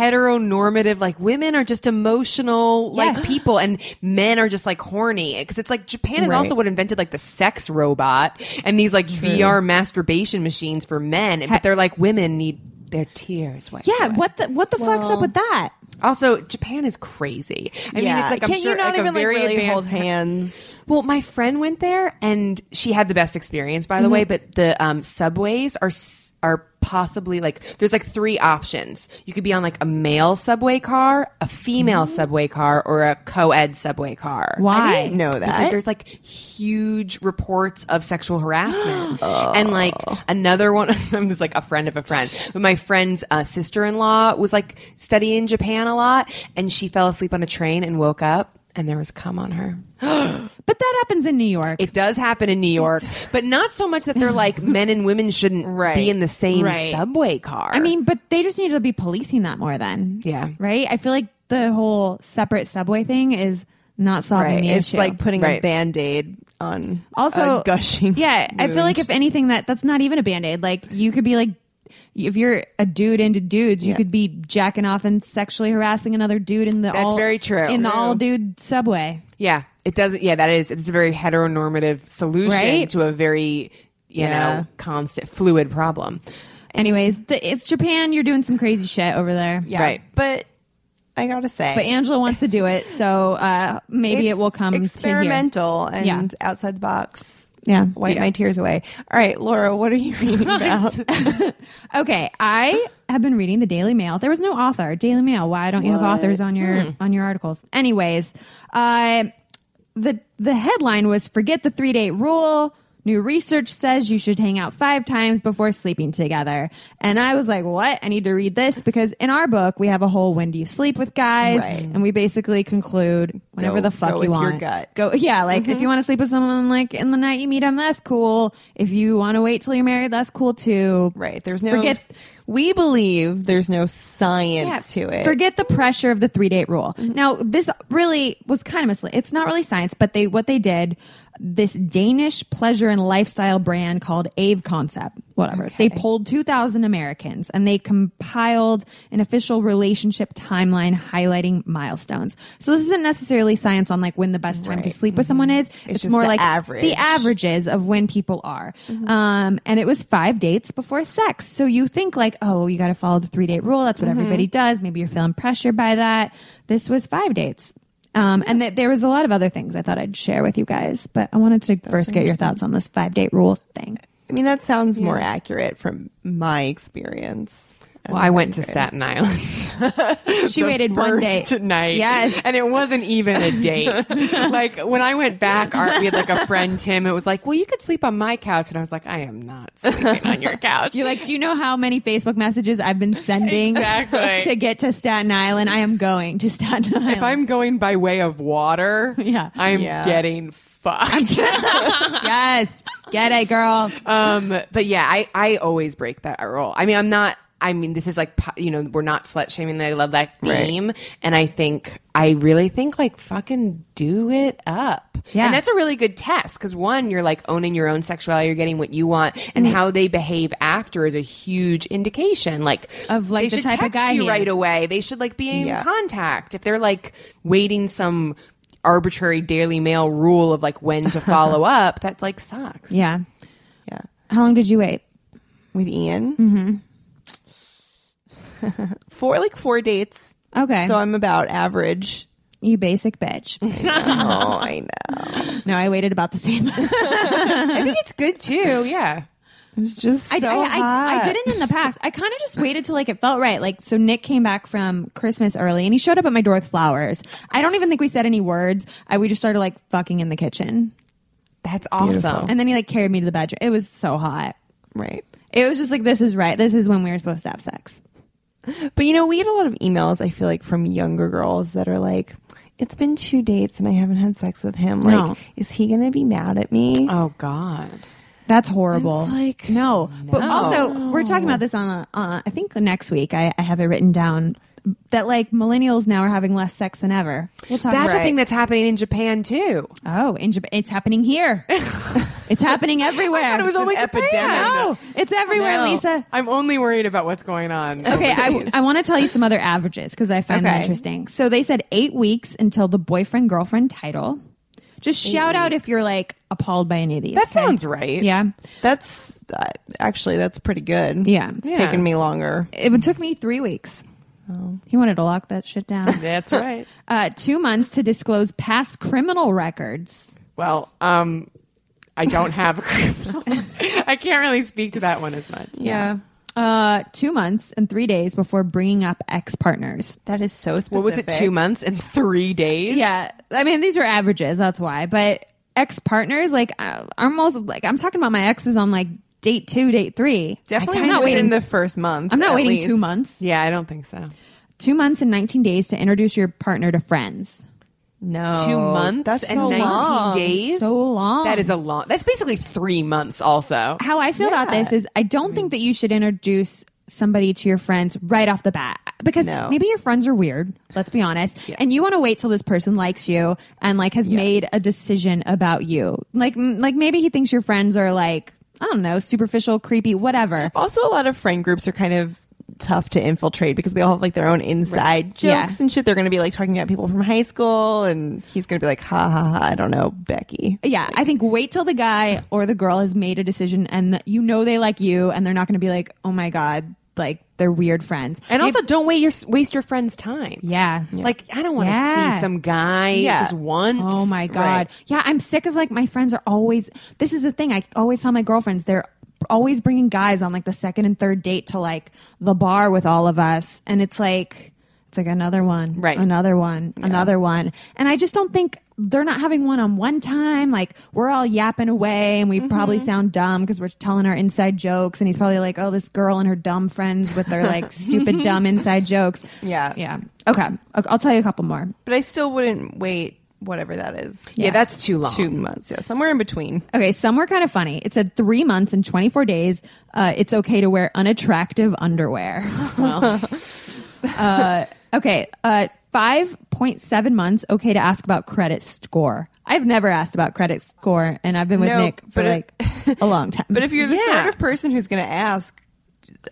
[SPEAKER 5] heteronormative like women are just emotional like
[SPEAKER 3] Yes.
[SPEAKER 5] people and men are just like horny because it's like Japan is also what invented like the sex robot and these like VR masturbation machines for men but they're like women need their tears wiped
[SPEAKER 3] Yeah.
[SPEAKER 5] away.
[SPEAKER 3] What the what the fuck's up with that?
[SPEAKER 5] also Japan is crazy I mean it's like I'm
[SPEAKER 4] Can't
[SPEAKER 5] sure
[SPEAKER 4] you not
[SPEAKER 5] like,
[SPEAKER 4] even
[SPEAKER 5] a very
[SPEAKER 4] like really
[SPEAKER 5] advanced
[SPEAKER 4] hold hands?
[SPEAKER 5] well, my friend went there, and she had the best experience, by the way. But the um, subways are s- are possibly like there's like three options. You could be on like a male subway car, a female subway car, or a co-ed subway car.
[SPEAKER 3] Why?
[SPEAKER 4] I didn't know
[SPEAKER 5] Because
[SPEAKER 4] that.
[SPEAKER 5] there's like huge reports of sexual harassment, and like another one. I'm just like a friend of a friend, but my friend's uh, sister-in-law was like studying Japan a lot, and she fell asleep on a train and woke up, and there was cum on her.
[SPEAKER 3] But that happens in New York.
[SPEAKER 5] It does happen in New York, but not so much that they're like men and women shouldn't
[SPEAKER 4] Right.
[SPEAKER 5] be in the same
[SPEAKER 3] Right.
[SPEAKER 5] subway car.
[SPEAKER 3] I mean, but they just need to be policing that more then.
[SPEAKER 5] Yeah.
[SPEAKER 3] Right? I feel like the whole separate subway thing is not solving
[SPEAKER 4] Right.
[SPEAKER 3] the
[SPEAKER 4] It's
[SPEAKER 3] issue.
[SPEAKER 4] like putting a
[SPEAKER 5] Right.
[SPEAKER 4] band aid on
[SPEAKER 3] also
[SPEAKER 4] a gushing.
[SPEAKER 3] Yeah, I feel like if anything that that's not even a band-aid. Like you could be like if you're a dude into dudes, you could be jacking off and sexually harassing another dude in the
[SPEAKER 5] That's
[SPEAKER 3] all
[SPEAKER 5] very true.
[SPEAKER 3] in the
[SPEAKER 5] True.
[SPEAKER 3] all dude subway.
[SPEAKER 5] yeah, it doesn't. Yeah, that is. It's a very heteronormative solution
[SPEAKER 3] Right?
[SPEAKER 5] to a very, you
[SPEAKER 4] Yeah.
[SPEAKER 5] know, constant fluid problem.
[SPEAKER 3] Oh Anyways, the, it's Japan. You're doing some crazy shit over there.
[SPEAKER 4] Yeah,
[SPEAKER 5] Right.
[SPEAKER 4] But I gotta say,
[SPEAKER 3] But Angela wants to do it, so uh, maybe it
[SPEAKER 4] it's
[SPEAKER 3] will come to
[SPEAKER 4] experimental and
[SPEAKER 3] Yeah.
[SPEAKER 4] outside the box.
[SPEAKER 3] here. Yeah.
[SPEAKER 4] Wipe my tears away. All right, Laura, what are you reading about?
[SPEAKER 3] Okay, I have been reading the Daily Mail. There was no author. Daily Mail. Why don't you have authors on your
[SPEAKER 4] Hmm.
[SPEAKER 3] on your articles? Anyways, uh, the the headline was "Forget the three date rule." New research says you should hang out five times before sleeping together. And I was like, what? I need to read this because in our book, we have a whole when do you sleep with guys?
[SPEAKER 4] Right.
[SPEAKER 3] And we basically conclude whenever
[SPEAKER 4] Go-
[SPEAKER 3] the fuck
[SPEAKER 4] go
[SPEAKER 3] you
[SPEAKER 4] with your
[SPEAKER 3] want.
[SPEAKER 4] gut. Mm-hmm.
[SPEAKER 3] Go, yeah. Like if you want to sleep with someone like in the night you meet them, that's cool. If you want to wait till you're married, that's cool too.
[SPEAKER 4] Right. There's no.
[SPEAKER 3] Forget-
[SPEAKER 4] we believe there's no science
[SPEAKER 3] Yeah.
[SPEAKER 4] to it. Mm-hmm.
[SPEAKER 3] Forget the pressure of the three date rule. Now, this really was kind of misleading. It's not really science, but they what they did. This Danish pleasure and lifestyle brand called Ave Concept, whatever. They polled 2,000 Americans and they compiled an official relationship timeline highlighting milestones. So this isn't necessarily science on like when the best time to sleep
[SPEAKER 4] Mm-hmm.
[SPEAKER 3] with someone is. It's,
[SPEAKER 4] just
[SPEAKER 3] more
[SPEAKER 4] the
[SPEAKER 3] like
[SPEAKER 4] average.
[SPEAKER 3] the averages of when people are. Um, and it was five dates before sex. So you think like, oh, you got to follow the three date rule. That's what everybody does. Maybe you're feeling pressure by that. This was five dates. Um, and that there was a lot of other things I thought I'd share with you guys, but I wanted to first get your thoughts on this five date rule thing.
[SPEAKER 4] I mean, that sounds more accurate from my experience.
[SPEAKER 5] Well, I went to Staten Island.
[SPEAKER 3] She waited one day.
[SPEAKER 5] first night.
[SPEAKER 3] Yes.
[SPEAKER 5] And it wasn't even a date. like when I went back, our, we had like a friend, Tim, it was like, well, you could sleep on my couch. And I was like, I am not sleeping on your couch.
[SPEAKER 3] You're like, do you know how many Facebook messages I've been sending
[SPEAKER 5] Exactly.
[SPEAKER 3] to get to Staten Island? I am going to Staten Island.
[SPEAKER 5] if I'm going by way of water,
[SPEAKER 3] Yeah.
[SPEAKER 5] I'm
[SPEAKER 4] Yeah.
[SPEAKER 5] getting fucked.
[SPEAKER 3] yes, get it, girl.
[SPEAKER 5] um, but yeah, I, I always break that rule. I mean, I'm not. I mean, this is like po- you know, we're not slut shaming. I love that theme, and I think I really think like fucking do it up.
[SPEAKER 3] Yeah.
[SPEAKER 5] and that's a really good test because one, you're like owning your own sexuality, you're getting what you want,
[SPEAKER 3] Mm-hmm.
[SPEAKER 5] and how they behave after is a huge indication. Like
[SPEAKER 3] Of, like,
[SPEAKER 5] they
[SPEAKER 3] the
[SPEAKER 5] should
[SPEAKER 3] type of
[SPEAKER 5] text
[SPEAKER 3] guy
[SPEAKER 5] you
[SPEAKER 3] he
[SPEAKER 5] right
[SPEAKER 3] is.
[SPEAKER 5] away. They should like be in
[SPEAKER 4] Yeah.
[SPEAKER 5] contact if they're like waiting some arbitrary Daily Mail rule of like when to follow up. That like sucks.
[SPEAKER 3] Yeah.
[SPEAKER 4] Yeah.
[SPEAKER 3] How long did you wait?
[SPEAKER 4] With Ian. Mm-hmm. four, like four dates.
[SPEAKER 3] Mm-hmm. Okay.
[SPEAKER 4] So I'm about average.
[SPEAKER 3] you basic bitch.
[SPEAKER 4] oh, I know.
[SPEAKER 3] no, I waited about the same.
[SPEAKER 5] I think it's good too. Yeah.
[SPEAKER 4] It's just so
[SPEAKER 3] I, I,
[SPEAKER 4] hot.
[SPEAKER 3] I, I didn't in the past. I kind of just waited till like it felt right. Like so, Nick came back from Christmas early, and he showed up at my door with flowers. I don't even think we said any words. I, we just started like fucking in the kitchen,
[SPEAKER 5] That's awesome.
[SPEAKER 3] and then he like carried me to the bedroom. It was so hot.
[SPEAKER 4] Right.
[SPEAKER 3] It was just like this is right. This is when we were supposed to have sex.
[SPEAKER 4] But you know, we get a lot of emails, I feel like, from younger girls that are like, it's been two dates and I haven't had sex with him. Like,
[SPEAKER 3] No. Uh.
[SPEAKER 4] is he gonna be mad at me?
[SPEAKER 6] Oh God.
[SPEAKER 3] That's horrible.
[SPEAKER 4] It's like-
[SPEAKER 3] no. but also we're talking about this on uh, I think next week. I, I have it written down that like millennials now are having less sex than ever. We'll talk.
[SPEAKER 5] That's
[SPEAKER 3] about
[SPEAKER 5] a thing that's happening in Japan too.
[SPEAKER 3] Oh, in Japan, it's happening here. it's happening everywhere.
[SPEAKER 6] it was only Japan.
[SPEAKER 3] No, it's everywhere, Lisa.
[SPEAKER 6] I'm only worried about what's going on.
[SPEAKER 3] Okay, I, I want to tell you some other averages because I find them
[SPEAKER 4] Okay.
[SPEAKER 3] interesting. So they said eight weeks until the boyfriend girlfriend title. Just shout out if you're like appalled by any of these.
[SPEAKER 6] That sounds right.
[SPEAKER 3] yeah.
[SPEAKER 4] That's uh, actually that's pretty good.
[SPEAKER 3] Yeah.
[SPEAKER 4] it's
[SPEAKER 3] Yeah.
[SPEAKER 4] taken me longer.
[SPEAKER 3] It took me three weeks. He wanted to lock that shit down.
[SPEAKER 6] That's right.
[SPEAKER 3] uh, two months to disclose past criminal records.
[SPEAKER 6] Well, um, I don't have a criminal. I can't really speak to that one as much.
[SPEAKER 4] Yeah.
[SPEAKER 3] Uh, two months and three days before bringing up ex partners.
[SPEAKER 4] that is so specific.
[SPEAKER 6] What was it? Two months and three days.
[SPEAKER 3] Yeah, I mean these are averages. That's why. But ex partners, like uh, almost like I'm talking about my exes on like date two, date three.
[SPEAKER 4] Definitely
[SPEAKER 3] I'm not
[SPEAKER 4] within
[SPEAKER 3] waiting.
[SPEAKER 4] the first month.
[SPEAKER 3] I'm not
[SPEAKER 4] at
[SPEAKER 3] waiting
[SPEAKER 4] least.
[SPEAKER 3] two months.
[SPEAKER 6] Yeah, I don't think so.
[SPEAKER 3] Two months and 19 days to introduce your partner to friends.
[SPEAKER 4] No,
[SPEAKER 5] Two months
[SPEAKER 4] That's
[SPEAKER 5] and
[SPEAKER 4] so
[SPEAKER 5] 19
[SPEAKER 4] long.
[SPEAKER 5] days.
[SPEAKER 3] So long.
[SPEAKER 6] That is a long. That's basically three months. Also,
[SPEAKER 3] how I feel about this is I don't think that you should introduce somebody to your friends right off the bat because
[SPEAKER 4] No.
[SPEAKER 3] maybe your friends are weird let's be honest and you want to wait till this person likes you and like has made a decision about you like m- like maybe he thinks your friends are like i don't know superficial creepy whatever
[SPEAKER 4] Also, a lot of friend groups are kind of tough to infiltrate because they all have like their own inside jokes
[SPEAKER 3] Yeah.
[SPEAKER 4] and shit. They're going to be like talking about people from high school, and he's going to be like, "Ha ha ha!" I don't know, Becky.
[SPEAKER 3] yeah i think wait till the guy or the girl has made a decision and th- you know they like you and they're not going to be like oh my god like they're weird friends
[SPEAKER 5] And also, don't wait your waste your friend's time.
[SPEAKER 3] yeah
[SPEAKER 5] Like I don't want to
[SPEAKER 3] Yeah.
[SPEAKER 5] see some guy
[SPEAKER 4] Yeah.
[SPEAKER 5] just once.
[SPEAKER 3] Oh my god.
[SPEAKER 5] Right.
[SPEAKER 3] Yeah, I'm sick of like my friends are always this is the thing I always tell my girlfriends they're always bringing guys on like the second and third date to like the bar with all of us and it's like it's like another one,
[SPEAKER 5] Right.
[SPEAKER 3] Another one, another one. And I just don't think they're not having one on one time. Like we're all yapping away and we probably
[SPEAKER 5] Mm-hmm.
[SPEAKER 3] sound dumb because we're telling our inside jokes and he's probably like, "Oh, this girl and her dumb friends with their like stupid dumb inside jokes."
[SPEAKER 4] Yeah.
[SPEAKER 3] Yeah. Okay. Okay, I'll tell you a couple more.
[SPEAKER 4] But I still wouldn't wait. Whatever that is,
[SPEAKER 5] Yeah, that's too long.
[SPEAKER 4] two months. Yeah, somewhere in between.
[SPEAKER 3] Okay, some were kind of funny. It said three months and 24 days. Uh, it's okay to wear unattractive underwear. uh, okay, uh, 5.7 months, okay to ask about credit score. I've never asked about credit score, and I've been with
[SPEAKER 4] No,
[SPEAKER 3] Nick for
[SPEAKER 4] but it-
[SPEAKER 3] like a long time.
[SPEAKER 4] But if you're the
[SPEAKER 5] Yeah.
[SPEAKER 4] sort of person who's going to ask,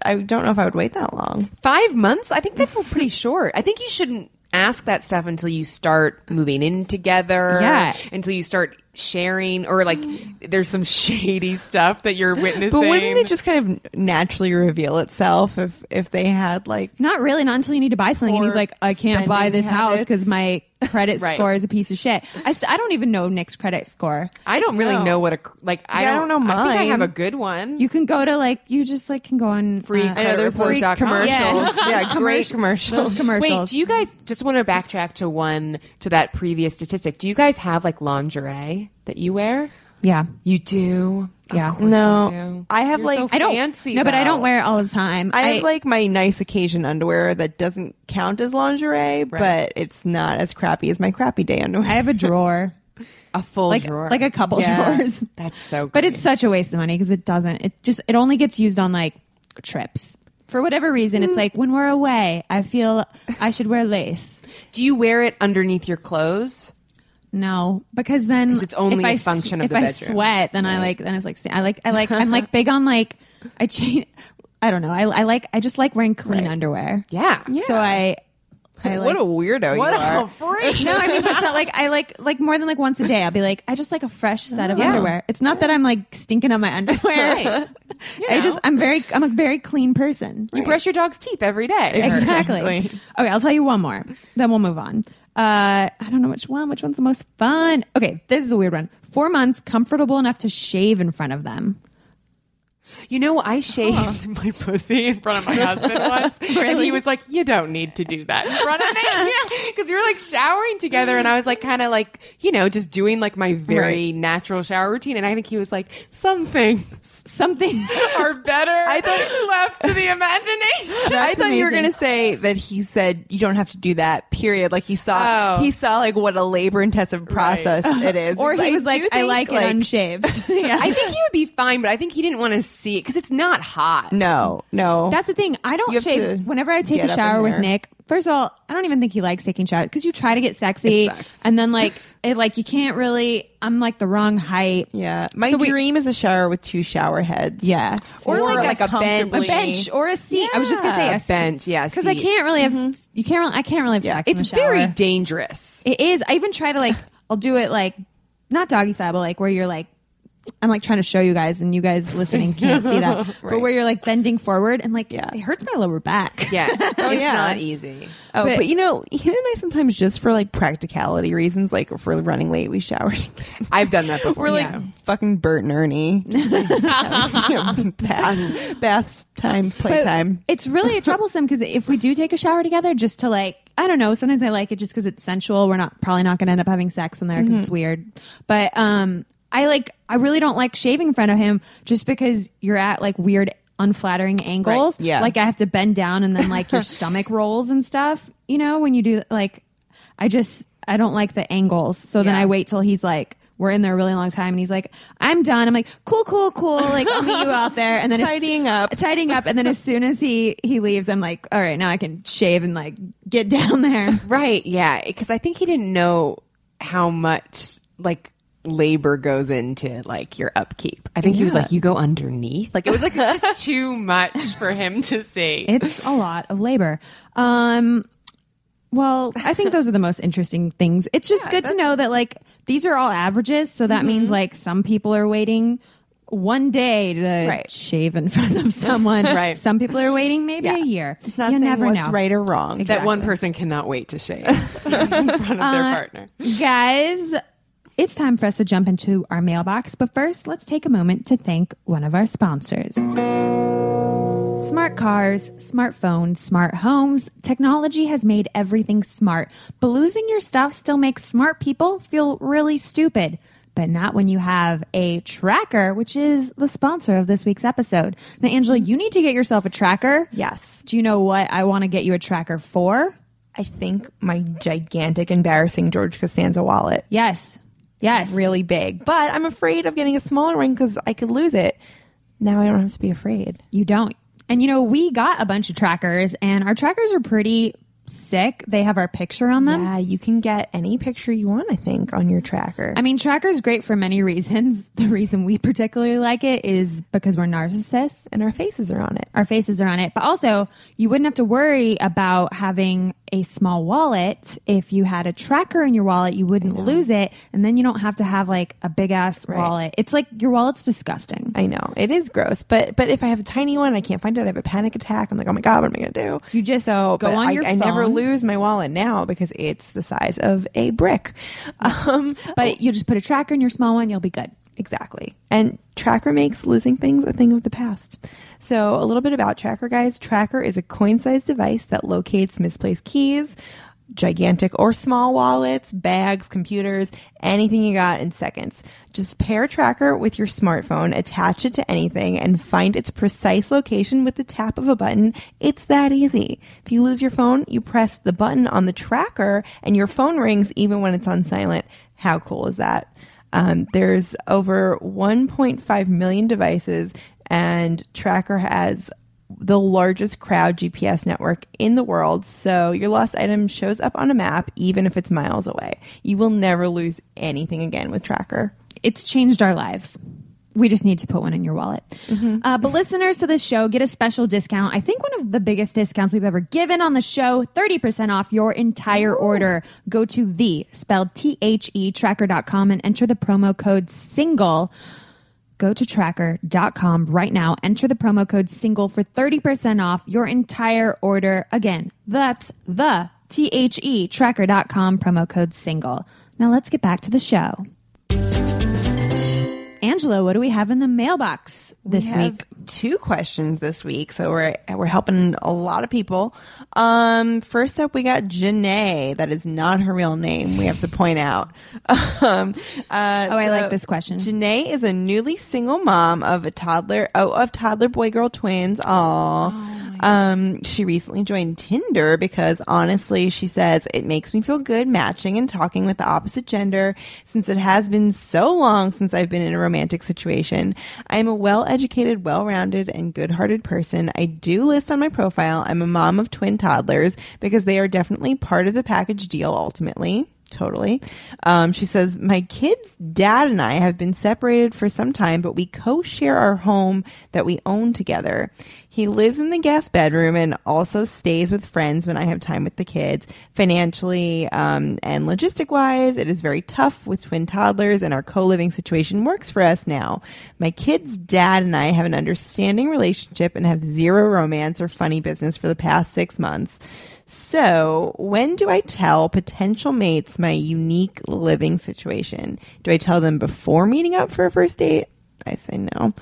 [SPEAKER 4] I don't know if I would wait that long.
[SPEAKER 5] Five months? I think that's pretty short. I think you shouldn't ask that stuff until you start moving in together.
[SPEAKER 3] Yeah.
[SPEAKER 5] Until you start sharing or like there's some shady stuff that you're witnessing.
[SPEAKER 4] But wouldn't it just kind of naturally reveal itself if if they had like
[SPEAKER 3] not really, not until you need to buy something. And he's
[SPEAKER 4] Or
[SPEAKER 3] like, I can't buy
[SPEAKER 4] spending
[SPEAKER 3] this house
[SPEAKER 4] habits.
[SPEAKER 3] because my credit
[SPEAKER 5] Right.
[SPEAKER 3] score is a piece of shit. I, s- I don't even know Nick's credit score.
[SPEAKER 6] I don't really know what a cr- like. I,
[SPEAKER 4] Yeah, I
[SPEAKER 6] don't,
[SPEAKER 4] don't know
[SPEAKER 6] I think I
[SPEAKER 4] mine.
[SPEAKER 6] have a good one.
[SPEAKER 3] You can go to like, you just like can go on uh, free.
[SPEAKER 4] I know there's those
[SPEAKER 6] creditreports.com.
[SPEAKER 4] commercials. Yeah, great
[SPEAKER 3] those
[SPEAKER 4] commercials.
[SPEAKER 3] commercials.
[SPEAKER 5] Wait, do you guys just want to backtrack to one to that previous statistic? Do you guys have like lingerie that you wear?
[SPEAKER 3] yeah.
[SPEAKER 5] You do.
[SPEAKER 3] Yeah.
[SPEAKER 4] No, I have like
[SPEAKER 3] I don't.
[SPEAKER 6] fancy,
[SPEAKER 3] no, but I
[SPEAKER 6] though.
[SPEAKER 3] don't wear it all the time.
[SPEAKER 4] I have like my nice occasion underwear that doesn't count as lingerie, but it's not as crappy as my crappy day underwear.
[SPEAKER 3] I have a drawer,
[SPEAKER 5] A full
[SPEAKER 3] like
[SPEAKER 5] drawer.
[SPEAKER 3] like a couple
[SPEAKER 5] Yeah.
[SPEAKER 3] drawers.
[SPEAKER 5] That's so
[SPEAKER 3] But it's such a waste of money because it doesn't. It just it only gets used on like trips for whatever reason.
[SPEAKER 5] Mm.
[SPEAKER 3] It's like when we're away, I feel I should wear lace.
[SPEAKER 5] Do you wear it underneath your clothes?
[SPEAKER 3] No, because then
[SPEAKER 5] it's only
[SPEAKER 3] if
[SPEAKER 5] a
[SPEAKER 3] I s-
[SPEAKER 5] function of
[SPEAKER 3] if
[SPEAKER 5] the
[SPEAKER 3] I
[SPEAKER 5] bedroom.
[SPEAKER 3] sweat, then I like then it's like I like I like I'm like big on like I change. I don't know. I, I like I just like wearing clean underwear.
[SPEAKER 5] Yeah.
[SPEAKER 3] So I. I
[SPEAKER 4] what
[SPEAKER 3] like,
[SPEAKER 4] a weirdo you are!
[SPEAKER 3] No, I mean, but it's not like I like like more than like once a day. I'll be like, I just like a fresh set of
[SPEAKER 5] Yeah.
[SPEAKER 3] underwear. It's not that I'm like stinking on my underwear.
[SPEAKER 5] Right.
[SPEAKER 3] I just I'm very I'm a very clean person.
[SPEAKER 5] You brush your dog's teeth every day.
[SPEAKER 3] Exactly.
[SPEAKER 4] Exactly.
[SPEAKER 3] Okay, I'll tell you one more. Then we'll move on. Uh, I don't know which one. Which one's the most fun? Okay, this is a weird one. Four months, comfortable enough to shave in front of them.
[SPEAKER 5] You know, I shaved.
[SPEAKER 6] my pussy in front of my husband once, and he was like, "You don't need to do that in front of me," because we were like showering together, and I was like, kind of like, you know, just doing like my very natural shower routine, and I think he was like, "Some things
[SPEAKER 3] Something.
[SPEAKER 6] are better
[SPEAKER 4] I thought-
[SPEAKER 6] left to the imagination."
[SPEAKER 4] I thought you were
[SPEAKER 3] amazing.
[SPEAKER 4] going to say that he said you don't have to do that. Period. Like he saw,
[SPEAKER 6] Oh.
[SPEAKER 4] he saw like what a labor intensive process it is.
[SPEAKER 3] Or he was
[SPEAKER 4] do
[SPEAKER 3] like, I
[SPEAKER 4] think,
[SPEAKER 3] like, it unshaved. yeah.
[SPEAKER 5] I think he would be fine, but I think he didn't want to see it because it's not hot.
[SPEAKER 4] No, no.
[SPEAKER 3] That's the thing. I
[SPEAKER 4] You
[SPEAKER 3] don't
[SPEAKER 4] have to
[SPEAKER 3] shave. Whenever I take
[SPEAKER 4] get
[SPEAKER 3] a
[SPEAKER 4] up in
[SPEAKER 3] shower with
[SPEAKER 4] there.
[SPEAKER 3] Nick, first of all, I don't even think he likes taking showers because you try to get sexy, and then like it, like you can't really. I'm like the wrong height.
[SPEAKER 4] yeah. My
[SPEAKER 3] So we-
[SPEAKER 4] dream is a shower with two shower heads.
[SPEAKER 3] Yeah, or,
[SPEAKER 5] Or
[SPEAKER 3] like,
[SPEAKER 5] like
[SPEAKER 3] a,
[SPEAKER 5] a bench.
[SPEAKER 3] a bench or a seat. I was just gonna say
[SPEAKER 5] Yeah,
[SPEAKER 3] a
[SPEAKER 5] a bench, yeah,
[SPEAKER 3] because I
[SPEAKER 5] seat.
[SPEAKER 3] can't really have.
[SPEAKER 4] Mm-hmm.
[SPEAKER 3] You can't. Really, I can't really have sex. in
[SPEAKER 5] It's
[SPEAKER 3] the shower.
[SPEAKER 5] very dangerous.
[SPEAKER 3] It is. I even try to like. I'll do it like not doggy style, but like where you're like. I'm like trying to show you guys, and you guys listening can't see that. But where you're like bending forward and like it hurts my lower back.
[SPEAKER 5] Yeah.
[SPEAKER 6] Oh,
[SPEAKER 5] it's
[SPEAKER 4] yeah.
[SPEAKER 5] not easy.
[SPEAKER 4] Oh, but,
[SPEAKER 3] But-
[SPEAKER 4] you know, he and I sometimes just for like practicality reasons, like if we're running late, we shower. together.
[SPEAKER 5] I've done that before.
[SPEAKER 4] We're like fucking Bert and Ernie. bath, bath time,
[SPEAKER 3] But
[SPEAKER 4] playtime.
[SPEAKER 3] It's really troublesome because if we do take a shower together, just to like, I don't know. Sometimes I like it just because it's sensual. We're not probably not going to end up having sex in there because
[SPEAKER 4] Mm-hmm.
[SPEAKER 3] it's weird. But um, I like, I really don't like shaving in front of him just because you're at like weird, unflattering angles.
[SPEAKER 4] Yeah.
[SPEAKER 3] like I have to bend down and then like your stomach rolls and stuff. You know when you do like, I just I don't like the angles. So then I wait till he's like. We're in there a really long time, and he's like, "I'm done." I'm like, "Cool, cool, cool." Like, I'll meet you out there, and then as-
[SPEAKER 4] Tidying up.
[SPEAKER 3] tidying up and then as soon as he he leaves i'm like all right now i can shave and like get down there
[SPEAKER 5] right.
[SPEAKER 6] Yeah, because I think he didn't know how much like labor goes into like your upkeep. I think he was like, you go underneath. Like it was like just too much for him to see.
[SPEAKER 3] it's a lot of labor um well i think those are the most interesting things it's just good to know that like these are all averages so that means like some people are waiting one day to
[SPEAKER 4] Right.
[SPEAKER 3] shave in front of someone right some people are waiting maybe a year
[SPEAKER 4] It's not
[SPEAKER 3] you
[SPEAKER 4] saying
[SPEAKER 3] never
[SPEAKER 4] what's
[SPEAKER 3] know
[SPEAKER 4] right or wrong.
[SPEAKER 6] That one person cannot wait to shave in front of their
[SPEAKER 5] Uh,
[SPEAKER 6] partner.
[SPEAKER 3] Guys, it's time for us to jump into our mailbox, but first, let's take a moment to thank one of our sponsors. Smart cars, smartphones, smart homes. Technology has made everything smart, but losing your stuff still makes smart people feel really stupid. But not when you have a tracker, which is the sponsor of this week's episode. Now, Angela, you need to get yourself a tracker.
[SPEAKER 4] Yes.
[SPEAKER 3] Do you know what I want to get you a tracker for?
[SPEAKER 4] I think my gigantic, embarrassing George Costanza wallet.
[SPEAKER 3] Yes. Yes.
[SPEAKER 4] Really big. But I'm afraid of getting a smaller one because I could lose it. Now I don't have to be afraid.
[SPEAKER 3] You don't. And you know, we got a bunch of trackers, and our trackers are pretty sick. They have our picture on them.
[SPEAKER 4] Yeah, Uh, you can get any picture you want, I think, on your tracker.
[SPEAKER 3] I mean, tracker's great for many reasons. The reason we particularly like it is because we're narcissists.
[SPEAKER 4] and our faces are on it.
[SPEAKER 3] Our faces are on it. But also, you wouldn't have to worry about having a small wallet. If you had a tracker in your wallet, you wouldn't lose it. And then you don't have to have like a big ass wallet. It's like your wallet's disgusting.
[SPEAKER 4] I know it is gross, but but if I have a tiny one, I can't find it. I have a panic attack. I'm like, oh my god, what am I gonna do?
[SPEAKER 3] You just
[SPEAKER 4] so
[SPEAKER 3] go
[SPEAKER 4] but
[SPEAKER 3] on
[SPEAKER 4] I,
[SPEAKER 3] your
[SPEAKER 4] I never
[SPEAKER 3] phone.
[SPEAKER 4] lose my wallet now because it's the size of a brick. Um,
[SPEAKER 3] but you just put a tracker in your small one, you'll be good.
[SPEAKER 4] Exactly. And Tracker makes losing things a thing of the past. So, a little bit about Tracker, guys. Tracker is a coin sized device that locates misplaced keys, gigantic or small wallets, bags, computers, anything you got in seconds. Just pair Tracker with your smartphone, attach it to anything, and find its precise location with the tap of a button. It's that easy. If you lose your phone, you press the button on the tracker, and your phone rings even when it's on silent. How cool is that? Um, there's over 1.5 million devices, and Tracker has the largest crowd GPS network in the world. So your lost item shows up on a map, even if it's miles away. You will never lose anything again with Tracker.
[SPEAKER 3] it's changed our lives. We just need to put one in your wallet. Uh, but listeners to this show get a special discount. I think one of the biggest discounts we've ever given on the show 30% off your entire order. Go to the spelled T H E tracker.com and enter the promo code SINGLE. Go to tracker.com right now. Enter the promo code SINGLE for 30% off your entire order. Again, that's the T H E tracker.com promo code SINGLE. Now let's get back to the show. Angela, what do we have in the mailbox this
[SPEAKER 4] We have
[SPEAKER 3] week?
[SPEAKER 4] two questions this week, so we're we're helping a lot of people. Um, first up, we got Janae. That is not her real name. We have to point out. Um, uh,
[SPEAKER 3] Oh, I
[SPEAKER 4] so
[SPEAKER 3] like this question.
[SPEAKER 4] Janae is a newly single mom of a toddler. Oh, of toddler boy girl twins. Aw. Um, she recently joined Tinder because honestly, she says it makes me feel good matching and talking with the opposite gender since it has been so long since I've been in a romantic situation. I am a well educated, well rounded, and good hearted person. I do list on my profile I'm a mom of twin toddlers because they are definitely part of the package deal ultimately totally. Um, she says, My kid's dad and I have been separated for some time, but we co share our home that we own together. He lives in the guest bedroom and also stays with friends when I have time with the kids. Financially um, and logistic wise, it is very tough with twin toddlers, and our co living situation works for us now. My kid's dad and I have an understanding relationship and have zero romance or funny business for the past six months. So, when do I tell potential mates my unique living situation? Do I tell them before meeting up for a first date? I say no.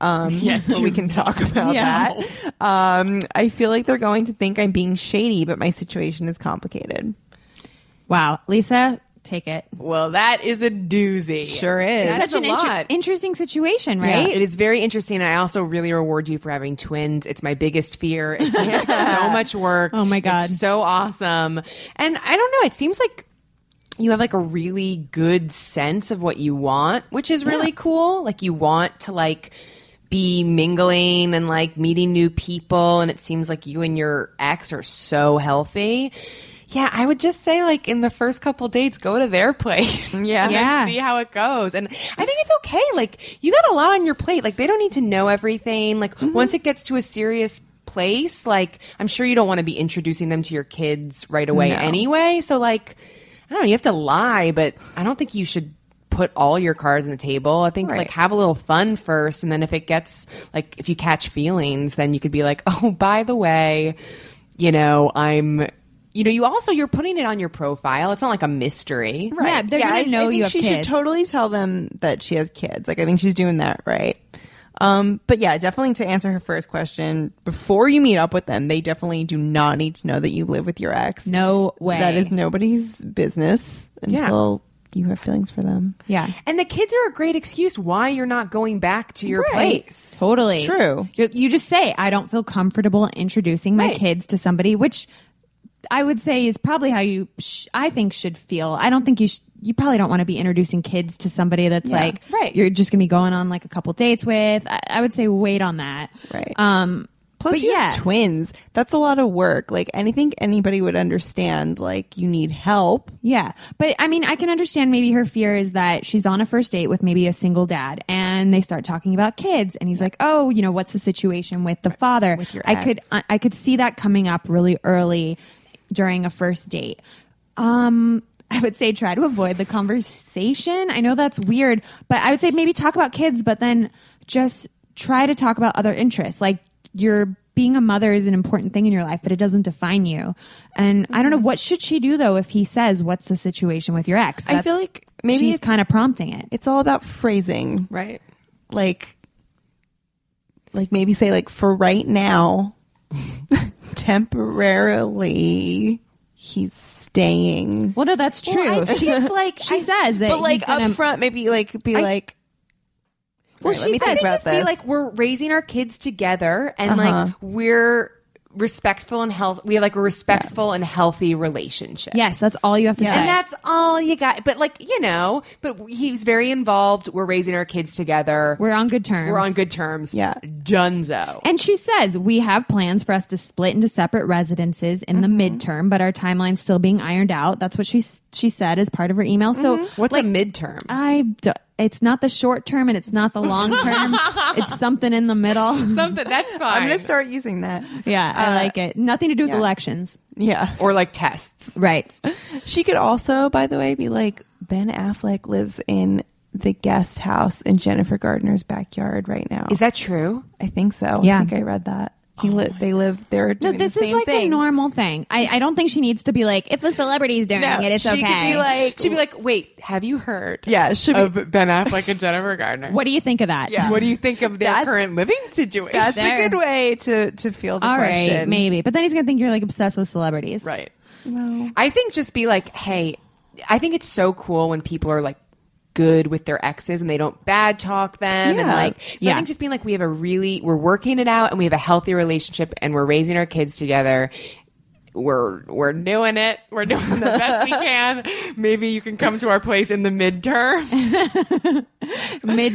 [SPEAKER 4] Um, we can talk about
[SPEAKER 3] Yeah.
[SPEAKER 4] that. Um, I feel like they're going to think I'm being shady, but my situation is complicated.
[SPEAKER 3] Wow, Lisa, take it.
[SPEAKER 5] Well, that is a doozy.
[SPEAKER 4] Sure is.
[SPEAKER 5] That's
[SPEAKER 3] Such an
[SPEAKER 5] a
[SPEAKER 3] inter-
[SPEAKER 5] lot.
[SPEAKER 3] interesting situation,
[SPEAKER 5] Yeah,
[SPEAKER 3] right?
[SPEAKER 5] It is very interesting. I also really reward you for having twins. It's my biggest fear. It's so much work.
[SPEAKER 3] Oh my
[SPEAKER 5] It's
[SPEAKER 3] God.
[SPEAKER 5] so awesome. And I don't know, it seems like you have like a really good sense of what you want, which is really cool. Like you want to like be mingling and like meeting new people and it seems like you and your ex are so healthy. Yeah, I would just say like in the first couple dates go to their place.
[SPEAKER 4] Yeah.
[SPEAKER 5] And
[SPEAKER 3] Yeah.
[SPEAKER 5] see how it goes. And I think it's okay. Like you got a lot on your plate. Like they don't need to know everything. Like once it gets to a serious place, like I'm sure you don't want to be introducing them to your kids right away anyway. So like I don't know, you have to lie, but I don't think you should put all your cards on the table. I think like have a little fun first and then if it gets like if you catch feelings, then you could be like, "Oh, by the way, you know, I'm you know, you also you're putting it on your profile. It's not like a mystery.
[SPEAKER 3] Yeah, they're gonna
[SPEAKER 4] I- I
[SPEAKER 3] know
[SPEAKER 4] think
[SPEAKER 3] you have
[SPEAKER 4] she should
[SPEAKER 3] kids.
[SPEAKER 4] totally tell them that she has kids. Like I think she's doing that right. Um, but yeah, definitely to answer her first question, before you meet up with them, they definitely do not need to know that you live with your ex.
[SPEAKER 3] no way.
[SPEAKER 4] That is nobody's business until you have feelings for them.
[SPEAKER 3] yeah,
[SPEAKER 5] And the kids are a great excuse why you're not going back to your
[SPEAKER 4] Right.
[SPEAKER 5] place.
[SPEAKER 3] totally
[SPEAKER 4] True.
[SPEAKER 3] you you just say, "I don't feel comfortable introducing my kids to somebody," which I would say is probably how you. Sh- I think should feel. I don't think you. Sh- you probably don't want to be introducing kids to somebody that's like
[SPEAKER 5] right.
[SPEAKER 3] you're just going to be going on like a couple dates with. I, I would say wait on that.
[SPEAKER 4] Right.
[SPEAKER 3] Um.
[SPEAKER 4] Plus,
[SPEAKER 3] but
[SPEAKER 4] you
[SPEAKER 3] yeah,
[SPEAKER 4] have twins. That's a lot of work. Like I think anybody would understand. Like you need help.
[SPEAKER 3] Yeah. But I mean, I can understand maybe her fear is that she's on a first date with maybe a single dad and they start talking about kids and he's like, "Oh, you know, what's the situation with the father?"
[SPEAKER 4] your
[SPEAKER 3] I
[SPEAKER 4] ex.
[SPEAKER 3] could I I could see that coming up really early during a first date. Um I would say try to avoid the conversation. I know that's weird, but I would say maybe talk about kids, but then just try to talk about other interests. Like you're being a mother is an important thing in your life, but it doesn't define you. And I don't know what should she do though if he says, "What's the situation with your ex?"
[SPEAKER 4] I feel like maybe
[SPEAKER 3] she's
[SPEAKER 4] it's-
[SPEAKER 3] kind of prompting it.
[SPEAKER 4] It's all about phrasing.
[SPEAKER 6] Right.
[SPEAKER 4] like like maybe say like for right now temporarily he's staying
[SPEAKER 3] Well, no, that's true. she's like she says that,
[SPEAKER 4] but like
[SPEAKER 3] he's
[SPEAKER 4] up
[SPEAKER 3] gonna-
[SPEAKER 4] front maybe like be like
[SPEAKER 5] Well,
[SPEAKER 4] Right, let
[SPEAKER 5] she
[SPEAKER 4] me
[SPEAKER 5] said
[SPEAKER 4] think
[SPEAKER 5] it
[SPEAKER 4] about
[SPEAKER 5] just be
[SPEAKER 4] this. Uh-huh.
[SPEAKER 5] like we're raising our kids together and like we're respectful and health we have like a respectful and healthy relationship.
[SPEAKER 3] Yes, that's all you have to say.
[SPEAKER 5] And that's all you got. But like, you know, but he was very involved. We're raising our kids together.
[SPEAKER 3] We're on good terms.
[SPEAKER 5] We're on good terms.
[SPEAKER 4] Yeah.
[SPEAKER 5] Dunzo.
[SPEAKER 3] And she says, We have plans for us to split into separate residences in
[SPEAKER 4] Mm-hmm.
[SPEAKER 3] the midterm, but our timeline's still being ironed out. That's what she, s- she said as part of her email. So
[SPEAKER 4] Mm-hmm.
[SPEAKER 5] What's a midterm?
[SPEAKER 4] um,
[SPEAKER 3] I, d- it's not the short term and it's not the long term. it's something in the middle.
[SPEAKER 5] Something that's
[SPEAKER 4] i'm
[SPEAKER 5] fine.
[SPEAKER 4] gonna start using that
[SPEAKER 3] yeah, I like it. Nothing to do with
[SPEAKER 4] Uh, yeah.
[SPEAKER 3] elections.
[SPEAKER 4] yeah
[SPEAKER 5] or like tests.
[SPEAKER 3] Right.
[SPEAKER 4] she could also by the way be like ben affleck lives in the guest house in jennifer gardner's backyard right now
[SPEAKER 5] Is that true?
[SPEAKER 4] i think so
[SPEAKER 3] Yeah. Oh
[SPEAKER 4] i think i read that he li- they live they're
[SPEAKER 3] No,
[SPEAKER 4] doing
[SPEAKER 3] this
[SPEAKER 4] the
[SPEAKER 3] is
[SPEAKER 4] same
[SPEAKER 3] like
[SPEAKER 4] thing.
[SPEAKER 3] a normal thing. I, I don't think she needs to be like, if the celebrity's doing
[SPEAKER 4] No,
[SPEAKER 3] it, it's
[SPEAKER 4] she
[SPEAKER 3] okay.
[SPEAKER 4] could be like
[SPEAKER 5] She'd be like, wait, have you heard?
[SPEAKER 4] yeah should be
[SPEAKER 6] Of Ben Affleck and Jennifer Gardner.
[SPEAKER 3] what do you think of that?
[SPEAKER 4] Yeah.
[SPEAKER 6] What do you think of their
[SPEAKER 4] That's-
[SPEAKER 6] current living situation?
[SPEAKER 4] that's
[SPEAKER 3] There.
[SPEAKER 4] a good way to to feel the
[SPEAKER 3] All right,
[SPEAKER 4] question
[SPEAKER 3] maybe. But then he's going to think you're like obsessed with celebrities.
[SPEAKER 6] right.
[SPEAKER 4] Well,
[SPEAKER 5] I think just be like, hey, I think it's so cool when people are like good with their exes and they don't bad talk them and
[SPEAKER 4] Yeah.
[SPEAKER 5] like so I
[SPEAKER 3] Yeah.
[SPEAKER 5] think just being like we have a really we're working it out and we have a healthy relationship and we're raising our kids together.
[SPEAKER 6] we're we're doing it. We're doing the best we can. Maybe you can come to our place in the midterm.
[SPEAKER 3] mid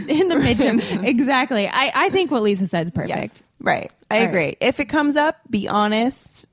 [SPEAKER 3] in the midterm. exactly. I, I think what Lisa said is perfect.
[SPEAKER 4] Right. I agree. If it comes up, be honest.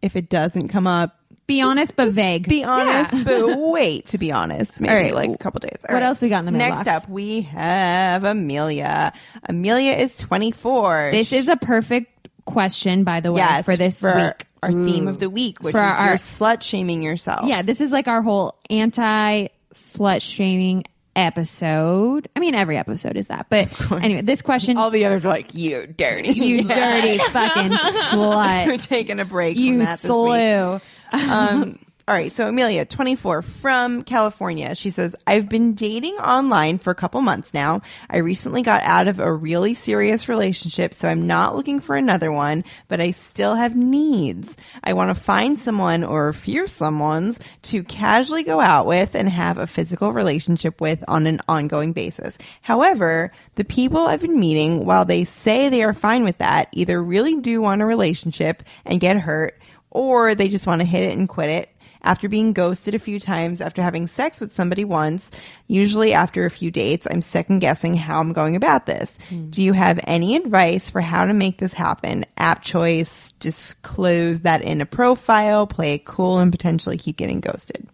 [SPEAKER 4] If it doesn't come up,
[SPEAKER 3] Be honest but vague.
[SPEAKER 4] be honest, but wait to be honest. Maybe
[SPEAKER 3] All right.
[SPEAKER 4] like a couple days. All
[SPEAKER 3] What else we got in the
[SPEAKER 4] Next
[SPEAKER 3] mailbox?
[SPEAKER 4] up, we have Amelia. Amelia is 24.
[SPEAKER 3] this is a perfect question, by the way,
[SPEAKER 4] yes,
[SPEAKER 3] for this
[SPEAKER 4] for
[SPEAKER 3] week. Mm.
[SPEAKER 4] Our theme of the week, which
[SPEAKER 3] For
[SPEAKER 4] is
[SPEAKER 3] our-
[SPEAKER 4] your slut shaming yourself.
[SPEAKER 3] Yeah, this is like our whole anti slut shaming episode. I mean, every episode is that. But anyway, this question
[SPEAKER 6] All the others are like, you dirty.
[SPEAKER 3] you dirty fucking slut.
[SPEAKER 4] We're taking a break. from
[SPEAKER 3] You
[SPEAKER 4] that this week.
[SPEAKER 3] slew.
[SPEAKER 4] um, all right, so Amelia, 24, from California. She says, I've been dating online for a couple months now. I recently got out of a really serious relationship, so I'm not looking for another one, but I still have needs. I want to find someone or a few someones to casually go out with and have a physical relationship with on an ongoing basis. However, the people I've been meeting, while they say they are fine with that, either really do want a relationship and get hurt or they just want to hit it and quit it. After being ghosted a few times, after having sex with somebody once, usually after a few dates, I'm second guessing how I'm going about this. Do you have any advice for how to make this happen? App choice, disclose that in a profile, play it cool, and potentially keep getting ghosted.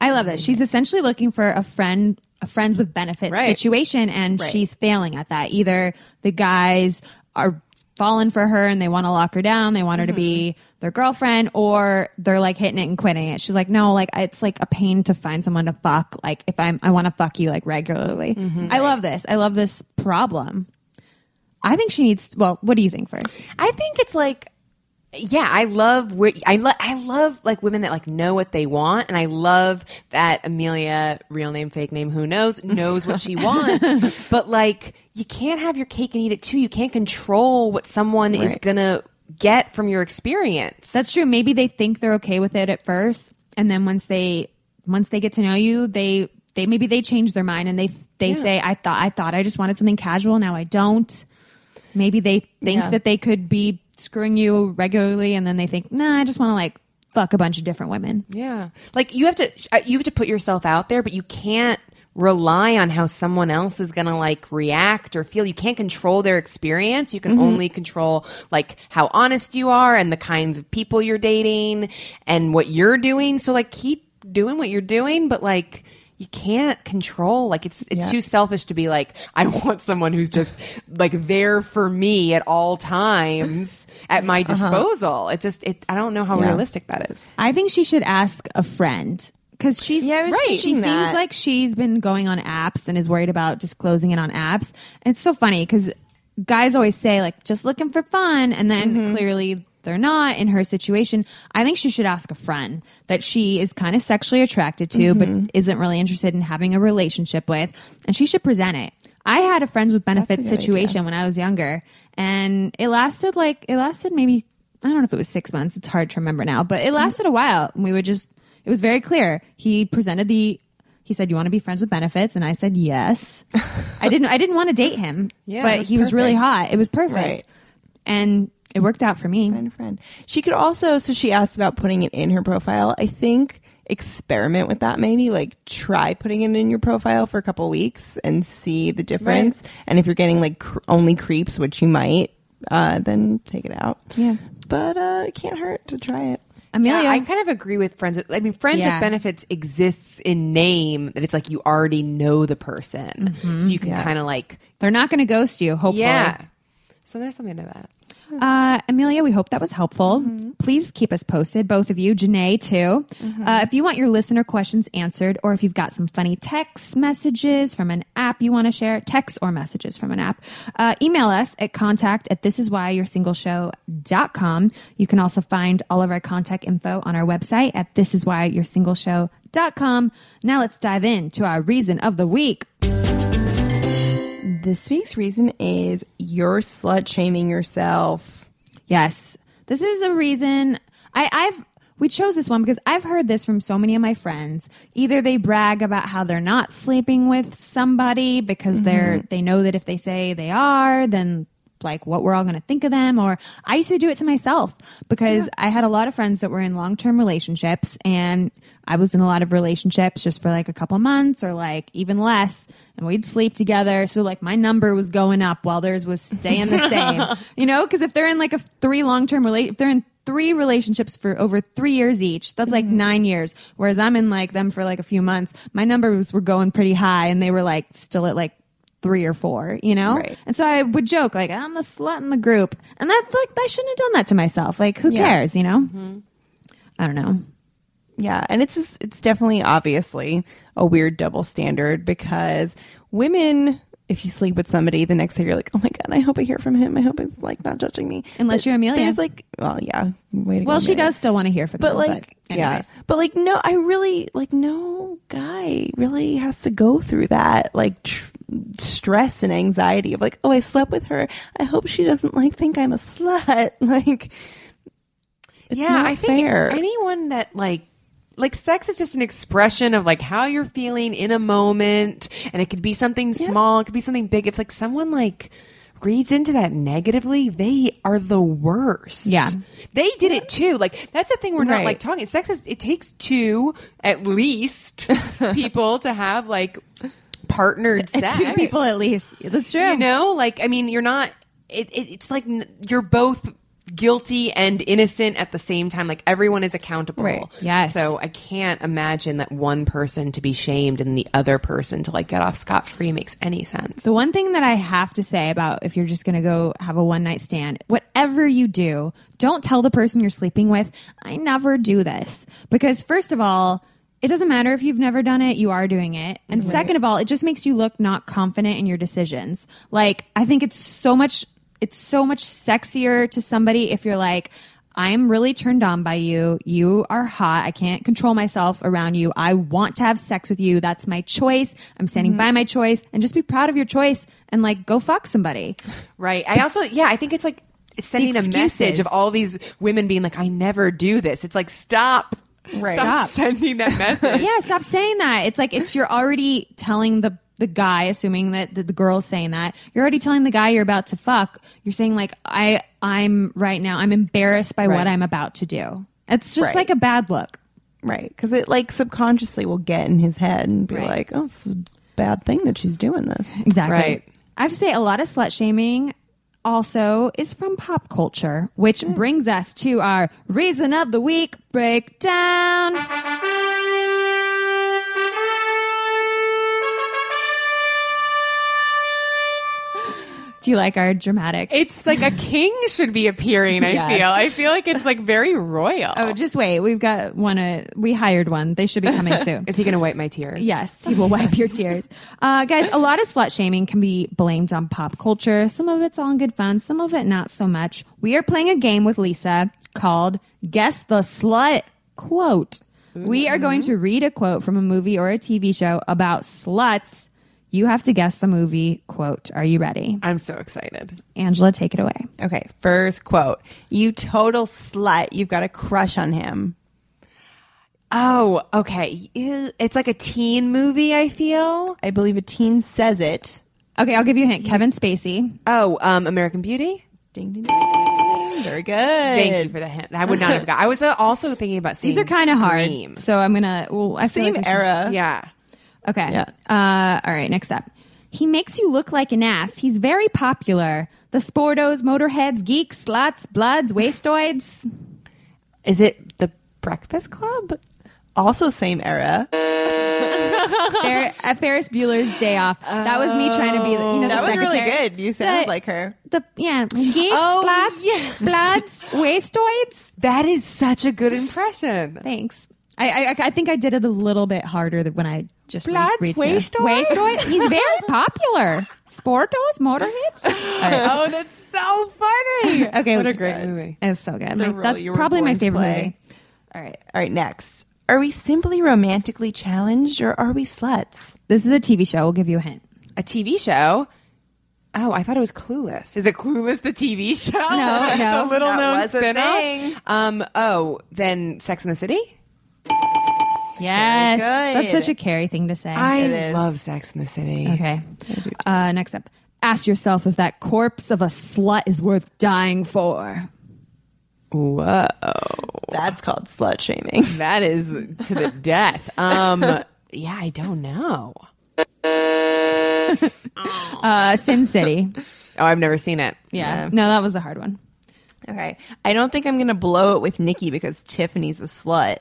[SPEAKER 3] I love it. She's essentially looking for a friend, a friends with benefits situation, and she's failing at that. Either the guys are falling for her and they want to lock her down, they want her to be their girlfriend, or they're like hitting it and quitting it. She's like, no, like it's like a pain to find someone to fuck. Like if I'm, I want to fuck you like regularly. I love this. I love this problem. I think she needs. Well, what do you think first?
[SPEAKER 5] I think it's like yeah, I love wi- I love I love like women that like know what they want, and I love that Amelia, real name, fake name, who knows, knows what she wants. but like, you can't have your cake and eat it too. You can't control what someone is gonna get from your experience.
[SPEAKER 3] That's true. Maybe they think they're okay with it at first, and then once they once they get to know you, they they maybe they change their mind and they they say, "I thought I thought I just wanted something casual. Now I don't." Maybe they think that they could be screwing you regularly, and then they think, "Nah, I just want to like fuck a bunch of different women."
[SPEAKER 5] yeah, like you have to uh, you have to put yourself out there, but you can't rely on how someone else is going to like react or feel you can't control their experience you can only control like how honest you are and the kinds of people you're dating and what you're doing so like keep doing what you're doing but like you can't control like it's it's too selfish to be like I want someone who's just like there for me at all times at my disposal. It just it I don't know how realistic that is.
[SPEAKER 3] I think she should ask a friend because she's
[SPEAKER 4] Yeah, I was
[SPEAKER 3] right. She
[SPEAKER 4] thinking
[SPEAKER 3] seems
[SPEAKER 4] that.
[SPEAKER 3] like she's been going on apps and is worried about disclosing it on apps. It's so funny because guys always say like just looking for fun, and then
[SPEAKER 4] Mm-hmm.
[SPEAKER 3] clearly they're not in her situation. I think she should ask a friend that she is kind of sexually attracted to,
[SPEAKER 4] Mm-hmm.
[SPEAKER 3] but isn't really interested in having a relationship with, and she should present it. I had a friends with benefits situation when I was younger, and it lasted like it lasted maybe I don't know if it was six months. It's hard to remember now, but it lasted a while. And we would just, it was very clear. He presented the, he said, you want to be friends with benefits? And I said, yes. I didn't, I didn't want to date him, yeah, but he was really hot. It was perfect.
[SPEAKER 4] Right.
[SPEAKER 3] And it worked out for me.
[SPEAKER 4] friend, friend. She could also, so she asked about putting it in her profile. I think experiment with that maybe like try putting it in your profile for a couple weeks and see the difference and if you're getting like cr- only creeps which you might uh then take it out
[SPEAKER 3] Yeah.
[SPEAKER 4] but uh it can't hurt to try it
[SPEAKER 3] Amelia.
[SPEAKER 5] Yeah, I kind of agree with friends. With, I mean, friends
[SPEAKER 3] Yeah.
[SPEAKER 5] with benefits exists in name that it's like you already know the person,
[SPEAKER 3] Mm-hmm.
[SPEAKER 5] so you can kind of like
[SPEAKER 3] they're not going to ghost you, hopefully.
[SPEAKER 5] yeah. So there's something to that.
[SPEAKER 3] Uh, Amelia, we hope that was helpful. Please keep us posted, both of you, Janae too. Uh, if you want your listener questions answered, or if you've got some funny text messages from an app you want to share, text or messages from an app, uh, email us at contact at thisiswhyyoursingleshow.com. You can also find all of our contact info on our website at thisiswhyyoursingleshow.com. Now let's dive into our reason of the week.
[SPEAKER 4] this week's reason is you're slut shaming yourself
[SPEAKER 3] Yes. This is a reason I, I've we chose this one because I've heard this from so many of my friends. Either they brag about how they're not sleeping with somebody because they're they know that if they say they are, then like what we're all going to think of them or I used to do it to myself because I had a lot of friends that were in long-term relationships and I was in a lot of relationships just for like a couple months or like even less and we'd sleep together so like my number was going up while theirs was staying the same you know because if they're in like a three long-term relate if they're in three relationships for over three years each. That's like nine years. Whereas I'm in like them for like a few months. My numbers were going pretty high and they were like still at like three or four, you know? And so I would joke like, I'm the slut in the group. And that's like, I shouldn't have done that to myself. Like, who cares, you know? I don't know.
[SPEAKER 4] Yeah, and it's just- it's definitely obviously a weird double standard because women, if you sleep with somebody, the next day you're like, oh my god, I hope I hear from him. I hope it's like not judging me.
[SPEAKER 3] Unless you're Amelia.
[SPEAKER 4] there's like, well, yeah, way to go,
[SPEAKER 3] Well, she
[SPEAKER 4] Amelia.
[SPEAKER 3] does still want to hear from
[SPEAKER 4] But
[SPEAKER 3] them,
[SPEAKER 4] like,
[SPEAKER 3] but
[SPEAKER 4] yeah,
[SPEAKER 3] anyways.
[SPEAKER 4] but like, no, I really like no guy really has to go through that like tr- stress and anxiety of like, oh, I slept with her. I hope she doesn't like think I'm a slut. Like, it's
[SPEAKER 5] yeah,
[SPEAKER 4] not
[SPEAKER 5] I think
[SPEAKER 4] fair.
[SPEAKER 5] anyone that like like sex is just an expression of like how you're feeling in a moment and it could be something small, it could be something big. If like someone like reads into that negatively, they are the worst.
[SPEAKER 3] Yeah.
[SPEAKER 5] They did it too. Like that's the thing we're not
[SPEAKER 4] Right.
[SPEAKER 5] like talking. Sex is it takes two at least people to have like partnered sex.
[SPEAKER 3] Two people at least. That's true.
[SPEAKER 5] You know, like I mean, you're not. It, it, it's like n- you're both guilty and innocent at the same time. Like everyone is accountable.
[SPEAKER 4] Right.
[SPEAKER 3] Yes.
[SPEAKER 5] So I can't imagine that one person to be shamed and the other person to like get off scot free makes any sense.
[SPEAKER 3] The one thing that I have to say about if you're just going to go have a one night stand, whatever you do, don't tell the person you're sleeping with, I never do this. Because, first of all, it doesn't matter if you've never done it, you are doing it. And second of all, it just makes you look not confident in your decisions. Like, I think it's so much, it's so much sexier to somebody if you're like, I'm really turned on by you. You are hot. I can't control myself around you. I want to have sex with you. That's my choice. I'm standing by my choice and just be proud of your choice and like go fuck somebody.
[SPEAKER 5] Right. I also yeah, I think it's like it's sending a message
[SPEAKER 3] excuses.
[SPEAKER 5] of all these women being like, I never do this. It's like stop. Right.
[SPEAKER 3] Stop.
[SPEAKER 5] Stop, sending that message.
[SPEAKER 3] yeah, stop saying that. It's like it's you're already telling the the guy, assuming that the, the girl's saying that, you're already telling the guy you're about to fuck. You're saying like I I'm right now. I'm embarrassed by what I'm about to do. It's just like a bad look.
[SPEAKER 4] Right. Because it like subconsciously will get in his head and be
[SPEAKER 3] Right.
[SPEAKER 4] like, oh, this is a bad thing that she's doing this.
[SPEAKER 3] Exactly.
[SPEAKER 5] Right.
[SPEAKER 3] I have to say, a lot of slut shaming also is from pop culture, which brings us to our reason of the week breakdown. Do you like our dramatic?
[SPEAKER 5] It's like a king should be appearing, I feel. I feel like it's like very royal.
[SPEAKER 3] oh, just wait. We've got one. Uh, we hired one. They should be coming soon.
[SPEAKER 5] Is he gonna wipe my tears?
[SPEAKER 3] Yes, he will wipe your tears. Uh, guys, a lot of slut shaming can be blamed on pop culture. Some of it's all in good fun, some of it not so much. We are playing a game with Lisa called Guess the Slut Quote. We are going to read a quote from a movie or a TV show about sluts. You have to guess the movie quote. Are you ready?
[SPEAKER 5] I'm so excited.
[SPEAKER 3] Angela, take it away.
[SPEAKER 4] Okay. First quote You total slut. You've got a crush on him.
[SPEAKER 5] Oh, okay. Ew, It's like a teen movie, I feel.
[SPEAKER 4] I believe a teen says it.
[SPEAKER 3] Okay, I'll give you a hint. Kevin Spacey.
[SPEAKER 5] Oh, um, American Beauty?
[SPEAKER 4] Ding, ding, ding. Very good.
[SPEAKER 5] Thank you for the hint. I would not have got. I was uh, also thinking about
[SPEAKER 3] These are kind of hard. So I'm going to. Well, I feel
[SPEAKER 4] Same
[SPEAKER 3] like we should-
[SPEAKER 4] era.
[SPEAKER 5] Yeah.
[SPEAKER 3] Okay.
[SPEAKER 4] Yeah.
[SPEAKER 3] Uh, all right. Next up. He makes you look like an ass. He's very popular. The sportos, motorheads, geeks, sluts, bloods, wastoids.
[SPEAKER 5] Is it The Breakfast Club?
[SPEAKER 4] Also, same era.
[SPEAKER 3] Fer- uh, Ferris Bueller's Day Off. That was me trying to be, the- you know,
[SPEAKER 4] That
[SPEAKER 3] the
[SPEAKER 4] was really
[SPEAKER 3] secretary.
[SPEAKER 4] good. You sounded
[SPEAKER 3] The-
[SPEAKER 4] like her.
[SPEAKER 3] The yeah, geeks,
[SPEAKER 5] Oh,
[SPEAKER 3] sluts, bloods, wastoids.
[SPEAKER 5] That is such a good impression.
[SPEAKER 3] Thanks. I, I I think I did it a little bit harder than when I just re-
[SPEAKER 5] Bloods,
[SPEAKER 3] read through.
[SPEAKER 5] wastoids?
[SPEAKER 3] Wastoid. He's very popular. Sportos, motorheads. All right.
[SPEAKER 5] Oh, that's so funny.
[SPEAKER 3] Okay,
[SPEAKER 5] What a great movie.
[SPEAKER 3] It's so good. My-
[SPEAKER 4] role
[SPEAKER 3] that's
[SPEAKER 4] you were
[SPEAKER 3] probably my
[SPEAKER 4] born to
[SPEAKER 3] favorite
[SPEAKER 4] play.
[SPEAKER 3] movie. All right.
[SPEAKER 4] All right. Next. Are we simply romantically challenged or are we sluts?
[SPEAKER 3] This is a TV show. We'll give you a hint.
[SPEAKER 5] A TV show. Oh, I thought it was Clueless. Is it Clueless the TV show?
[SPEAKER 3] No, no.
[SPEAKER 5] the little
[SPEAKER 4] That
[SPEAKER 5] known
[SPEAKER 4] was a thing.
[SPEAKER 5] spinoff. Um. Oh, then Sex in the City.
[SPEAKER 3] Yes.
[SPEAKER 4] Very
[SPEAKER 3] That's
[SPEAKER 4] good.
[SPEAKER 3] such a Carrie thing to say.
[SPEAKER 5] I love Sex in the City.
[SPEAKER 3] okay. Uh, next up. Ask yourself if that corpse of a slut is worth dying for.
[SPEAKER 5] Whoa,
[SPEAKER 4] That's called slut shaming.
[SPEAKER 5] that is to the death. Um. yeah, I don't know. Oh,
[SPEAKER 3] Uh, Sin City.
[SPEAKER 5] Oh, I've never seen it.
[SPEAKER 3] Yeah. No, that was a hard one.
[SPEAKER 4] Okay. I don't think I'm going to blow it with Nikki because Tiffany's a slut.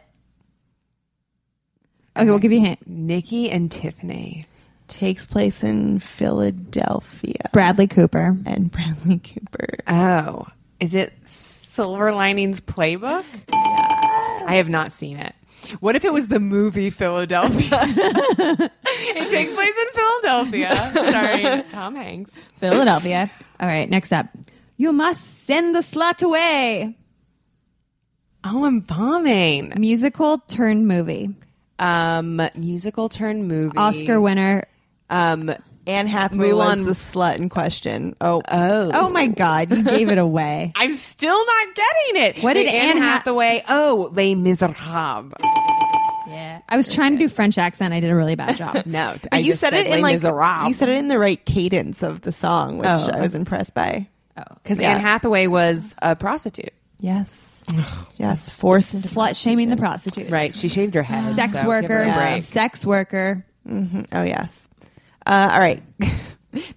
[SPEAKER 3] Okay, we'll give you a hint.
[SPEAKER 5] Nikki and Tiffany.
[SPEAKER 4] Takes place in Philadelphia.
[SPEAKER 3] Bradley Cooper.
[SPEAKER 4] And Bradley Cooper.
[SPEAKER 5] Oh,
[SPEAKER 6] Is it Silver Linings Playbook? I have not seen it. What if it was the movie Philadelphia? it takes place in Philadelphia, starring Tom Hanks.
[SPEAKER 3] Philadelphia. All right, next up. You must send the slut away.
[SPEAKER 5] oh, I'm bombing.
[SPEAKER 3] Musical turned movie.
[SPEAKER 5] Um, musical turn movie.
[SPEAKER 3] Oscar winner.
[SPEAKER 5] Um,
[SPEAKER 4] Anne Hathaway
[SPEAKER 5] Mulan-
[SPEAKER 4] was the slut in question. Oh,
[SPEAKER 3] Oh my God, you gave it away.
[SPEAKER 6] I'm still not getting it.
[SPEAKER 3] What did
[SPEAKER 6] The
[SPEAKER 3] Anne Ha-
[SPEAKER 6] Hathaway? Oh, Les Miserables.
[SPEAKER 3] Yeah. I was trying to do French accent. I did a really bad job.
[SPEAKER 5] no, but
[SPEAKER 4] but you said, it in like
[SPEAKER 5] Miserables.
[SPEAKER 4] you said it in the right cadence of the song, which I was impressed by.
[SPEAKER 5] because Anne Hathaway was a prostitute,
[SPEAKER 4] Yes, yes, forced into
[SPEAKER 3] Slut shaming the prostitute.
[SPEAKER 5] right? She shaved her head.
[SPEAKER 3] Sex
[SPEAKER 5] so give her
[SPEAKER 3] worker.
[SPEAKER 5] a break.
[SPEAKER 3] Sex worker.
[SPEAKER 4] Oh yes. Uh, all right.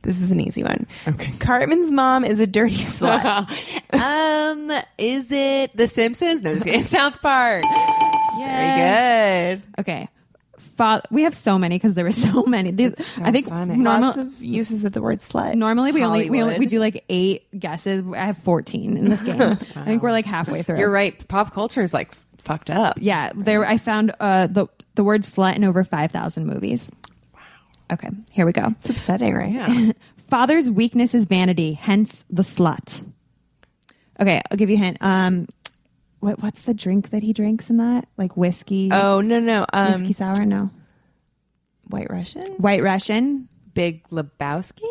[SPEAKER 4] this is an easy one. Okay. Cartman's mom is a dirty slut.
[SPEAKER 5] Um, is it The Simpsons? No, just kidding. South Park.
[SPEAKER 3] Yeah.
[SPEAKER 4] Very good.
[SPEAKER 3] Okay. Fa- we have so many because there were so many. These, I think normal,
[SPEAKER 4] Lots of uses of the word slut.
[SPEAKER 3] normally we only, we only we
[SPEAKER 4] Hollywood.
[SPEAKER 3] do like eight guesses. I have 14 in this game. I think we're like halfway through.
[SPEAKER 5] You're right. Pop culture is like fucked up.
[SPEAKER 3] Yeah, there I found uh, the the word slut in over 5,000 movies. Wow. Okay, here we go.
[SPEAKER 4] It's upsetting, right?
[SPEAKER 3] Father's weakness is vanity, hence the slut. Okay, I'll give you a hint. Um what what's the drink that he drinks in that? Like whiskey?
[SPEAKER 4] Oh no no. Um,
[SPEAKER 3] whiskey sour? No.
[SPEAKER 4] White Russian.
[SPEAKER 3] White Russian?
[SPEAKER 5] Big Lebowski.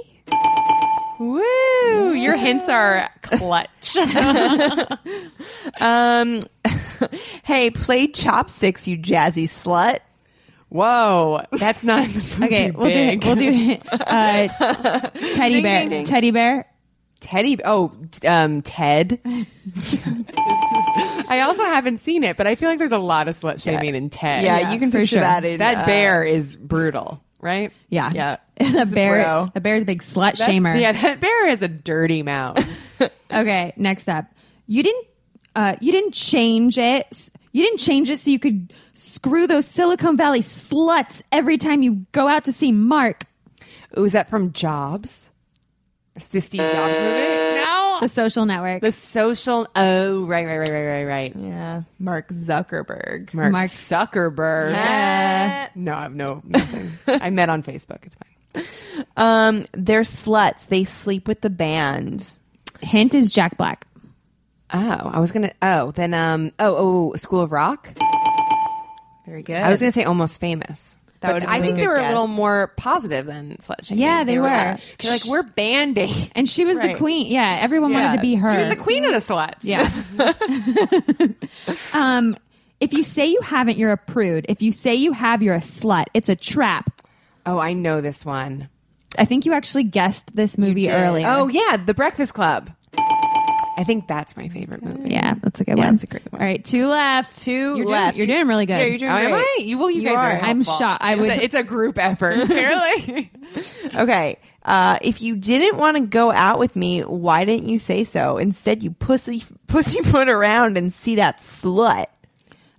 [SPEAKER 6] Woo! Your hints are clutch.
[SPEAKER 4] Um, hey, play chopsticks, you jazzy slut.
[SPEAKER 6] Whoa, that's not in the movie
[SPEAKER 3] Okay, we'll
[SPEAKER 6] Big.
[SPEAKER 3] do we'll do uh, teddy bear. Teddy bear.
[SPEAKER 5] Teddy. Oh, t- um, Ted.
[SPEAKER 6] I also haven't seen it, but I feel like there's a lot of slut shaming in Ted.
[SPEAKER 4] Yeah, you can
[SPEAKER 3] for
[SPEAKER 4] picture
[SPEAKER 3] sure.
[SPEAKER 4] that in
[SPEAKER 6] that
[SPEAKER 4] uh,
[SPEAKER 6] bear is brutal, right?
[SPEAKER 3] Yeah.
[SPEAKER 4] Yeah.
[SPEAKER 3] the
[SPEAKER 4] It's a
[SPEAKER 3] bear
[SPEAKER 4] bro.
[SPEAKER 3] the bear's a big slut shamer.
[SPEAKER 6] Yeah, that bear has a dirty mouth.
[SPEAKER 3] Okay, next up. You didn't uh you didn't change it. You didn't change it so you could screw those Silicon Valley sluts every time you go out to see Mark.
[SPEAKER 5] Oh, is that from Jobs?
[SPEAKER 6] It's the Steve Jobs movie. No,
[SPEAKER 3] The social network.
[SPEAKER 5] The social. Oh, right, right, right, right, right, right.
[SPEAKER 4] Yeah, Mark Zuckerberg.
[SPEAKER 5] Mark,
[SPEAKER 3] Mark-
[SPEAKER 5] Zuckerberg.
[SPEAKER 6] no, I have no. Nothing. I met on Facebook. It's fine.
[SPEAKER 4] Um, they're sluts. They sleep with the band.
[SPEAKER 3] Hint is Jack Black.
[SPEAKER 5] Oh, I was gonna. Oh, then. Um. Oh, oh, School of Rock.
[SPEAKER 4] Very good.
[SPEAKER 5] I was gonna say almost famous.
[SPEAKER 4] That
[SPEAKER 5] but
[SPEAKER 4] would've
[SPEAKER 5] I
[SPEAKER 4] been a
[SPEAKER 5] think they
[SPEAKER 4] good
[SPEAKER 5] were a little
[SPEAKER 4] guess.
[SPEAKER 5] more positive than slut shaming.
[SPEAKER 3] Yeah, they were.
[SPEAKER 5] Like, they're like we're banding.
[SPEAKER 3] And she was the
[SPEAKER 4] Right.
[SPEAKER 3] queen. Yeah, everyone wanted to be her.
[SPEAKER 6] She was the queen of the sluts.
[SPEAKER 3] yeah. um, if you say you haven't, you're a prude. If you say you have, you're a slut. It's a trap.
[SPEAKER 5] Oh, I know this one.
[SPEAKER 3] I think you actually guessed this movie earlier.
[SPEAKER 5] Oh yeah, The Breakfast Club. I think that's my favorite movie.
[SPEAKER 3] yeah, that's a good one.
[SPEAKER 4] that's a great one.
[SPEAKER 3] All right, two left.
[SPEAKER 4] Two
[SPEAKER 3] you're
[SPEAKER 4] left.
[SPEAKER 3] Doing, you're doing really good.
[SPEAKER 4] Yeah, you're doing
[SPEAKER 5] Oh, am
[SPEAKER 4] great.
[SPEAKER 5] I? You well, you,
[SPEAKER 4] You
[SPEAKER 5] guys are.
[SPEAKER 4] are.
[SPEAKER 3] I'm
[SPEAKER 5] helpful.
[SPEAKER 3] shocked. I would.
[SPEAKER 6] It's a, it's a group effort. Clearly,
[SPEAKER 4] Okay. Uh, if you didn't want to go out with me, why didn't you say so? Instead, you pussy pussy put around and see that slut.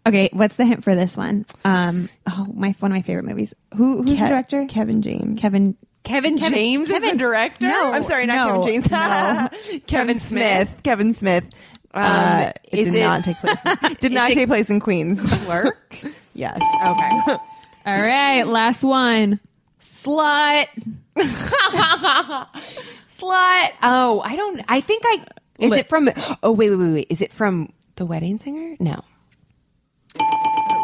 [SPEAKER 3] okay, what's the hint for this one? Um, oh, my one of my favorite movies. Who who's the
[SPEAKER 4] Ke-
[SPEAKER 3] director?
[SPEAKER 4] Kevin James.
[SPEAKER 3] Kevin.
[SPEAKER 6] Kevin, James is the director.
[SPEAKER 3] No,
[SPEAKER 5] Oh,
[SPEAKER 4] I'm sorry, not
[SPEAKER 3] no,
[SPEAKER 4] Kevin James. Kevin, Smith. Kevin Smith. uh, it
[SPEAKER 5] is
[SPEAKER 4] did
[SPEAKER 5] it-
[SPEAKER 4] not take place. did not take place in Queens.
[SPEAKER 5] Clerks.
[SPEAKER 4] yes.
[SPEAKER 5] okay.
[SPEAKER 3] All right, last one. Slut.
[SPEAKER 5] Slut. Oh, I don't. I think I. Is it from? Oh wait, wait, wait, wait. Is it from The Wedding Singer? No.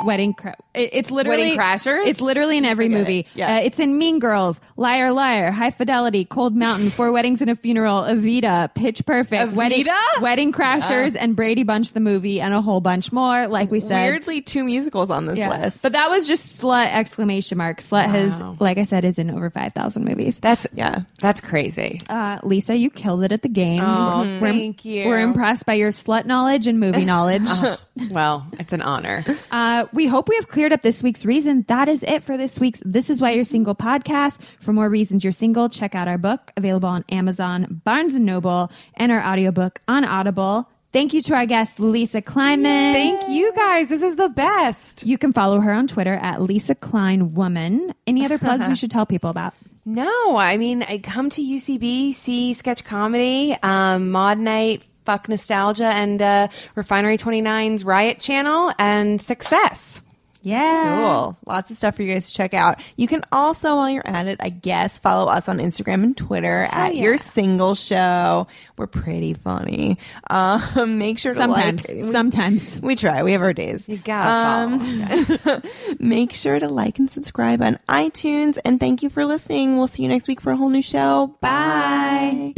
[SPEAKER 3] wedding. Cra- it- it's literally
[SPEAKER 5] Wedding Crashers?
[SPEAKER 3] It's literally in every movie.
[SPEAKER 4] Yeah.
[SPEAKER 3] Uh, it's in Mean Girls, Liar Liar, High Fidelity, Cold Mountain, Four Weddings and a Funeral, Evita, Pitch Perfect, Wedding
[SPEAKER 5] Evita?
[SPEAKER 3] Wedding Crashers, and Brady Bunch the movie, and a whole bunch more. Like we said,
[SPEAKER 4] Weirdly, two musicals on this
[SPEAKER 3] Yeah.
[SPEAKER 4] list.
[SPEAKER 3] But that was just slut exclamation mark. Slut has, like I said, is in over five thousand movies.
[SPEAKER 5] That's
[SPEAKER 4] yeah,
[SPEAKER 5] that's crazy.
[SPEAKER 3] Uh, Lisa, you killed it at the game. Oh, we're,
[SPEAKER 5] thank you.
[SPEAKER 3] We're impressed by your slut knowledge and movie knowledge.
[SPEAKER 5] Well, it's an honor.
[SPEAKER 3] Uh, we hope we have cleared up this week's reason. That is it for this week's This Is Why You're Single podcast. For more reasons you're single, check out our book available on Amazon, Barnes and Noble, and our audiobook on Audible. Thank you to our guest, Lisa Kleinman.
[SPEAKER 5] Thank you guys. This is the best.
[SPEAKER 3] You can follow her on Twitter at Lisa Klein Woman. Any other plugs we should tell people about?
[SPEAKER 5] No, I mean, I come to UCB, see sketch comedy, um, Mod Night, Fuck Nostalgia, and uh, Refinery 29's Riot Channel and Success.
[SPEAKER 3] Yeah.
[SPEAKER 4] Cool. Lots of stuff for you guys to check out. You can also, while you're at it, I guess, follow us on Instagram and Twitter at your single show. We're pretty funny. Um, make sure to
[SPEAKER 3] Sometimes.
[SPEAKER 4] like.
[SPEAKER 3] Sometimes.
[SPEAKER 4] We try. We have our days. You
[SPEAKER 5] gotta
[SPEAKER 4] make sure to like and subscribe on iTunes. And thank you for listening. We'll see you next week for a whole new show. Bye.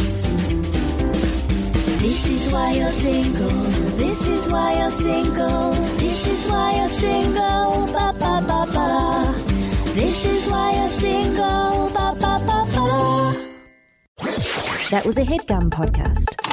[SPEAKER 2] This is why you're single. This is why you're single. This is why you're single. Ba ba ba ba. da. This is why you're single. Ba ba ba ba. da.
[SPEAKER 1] That was a headgum podcast.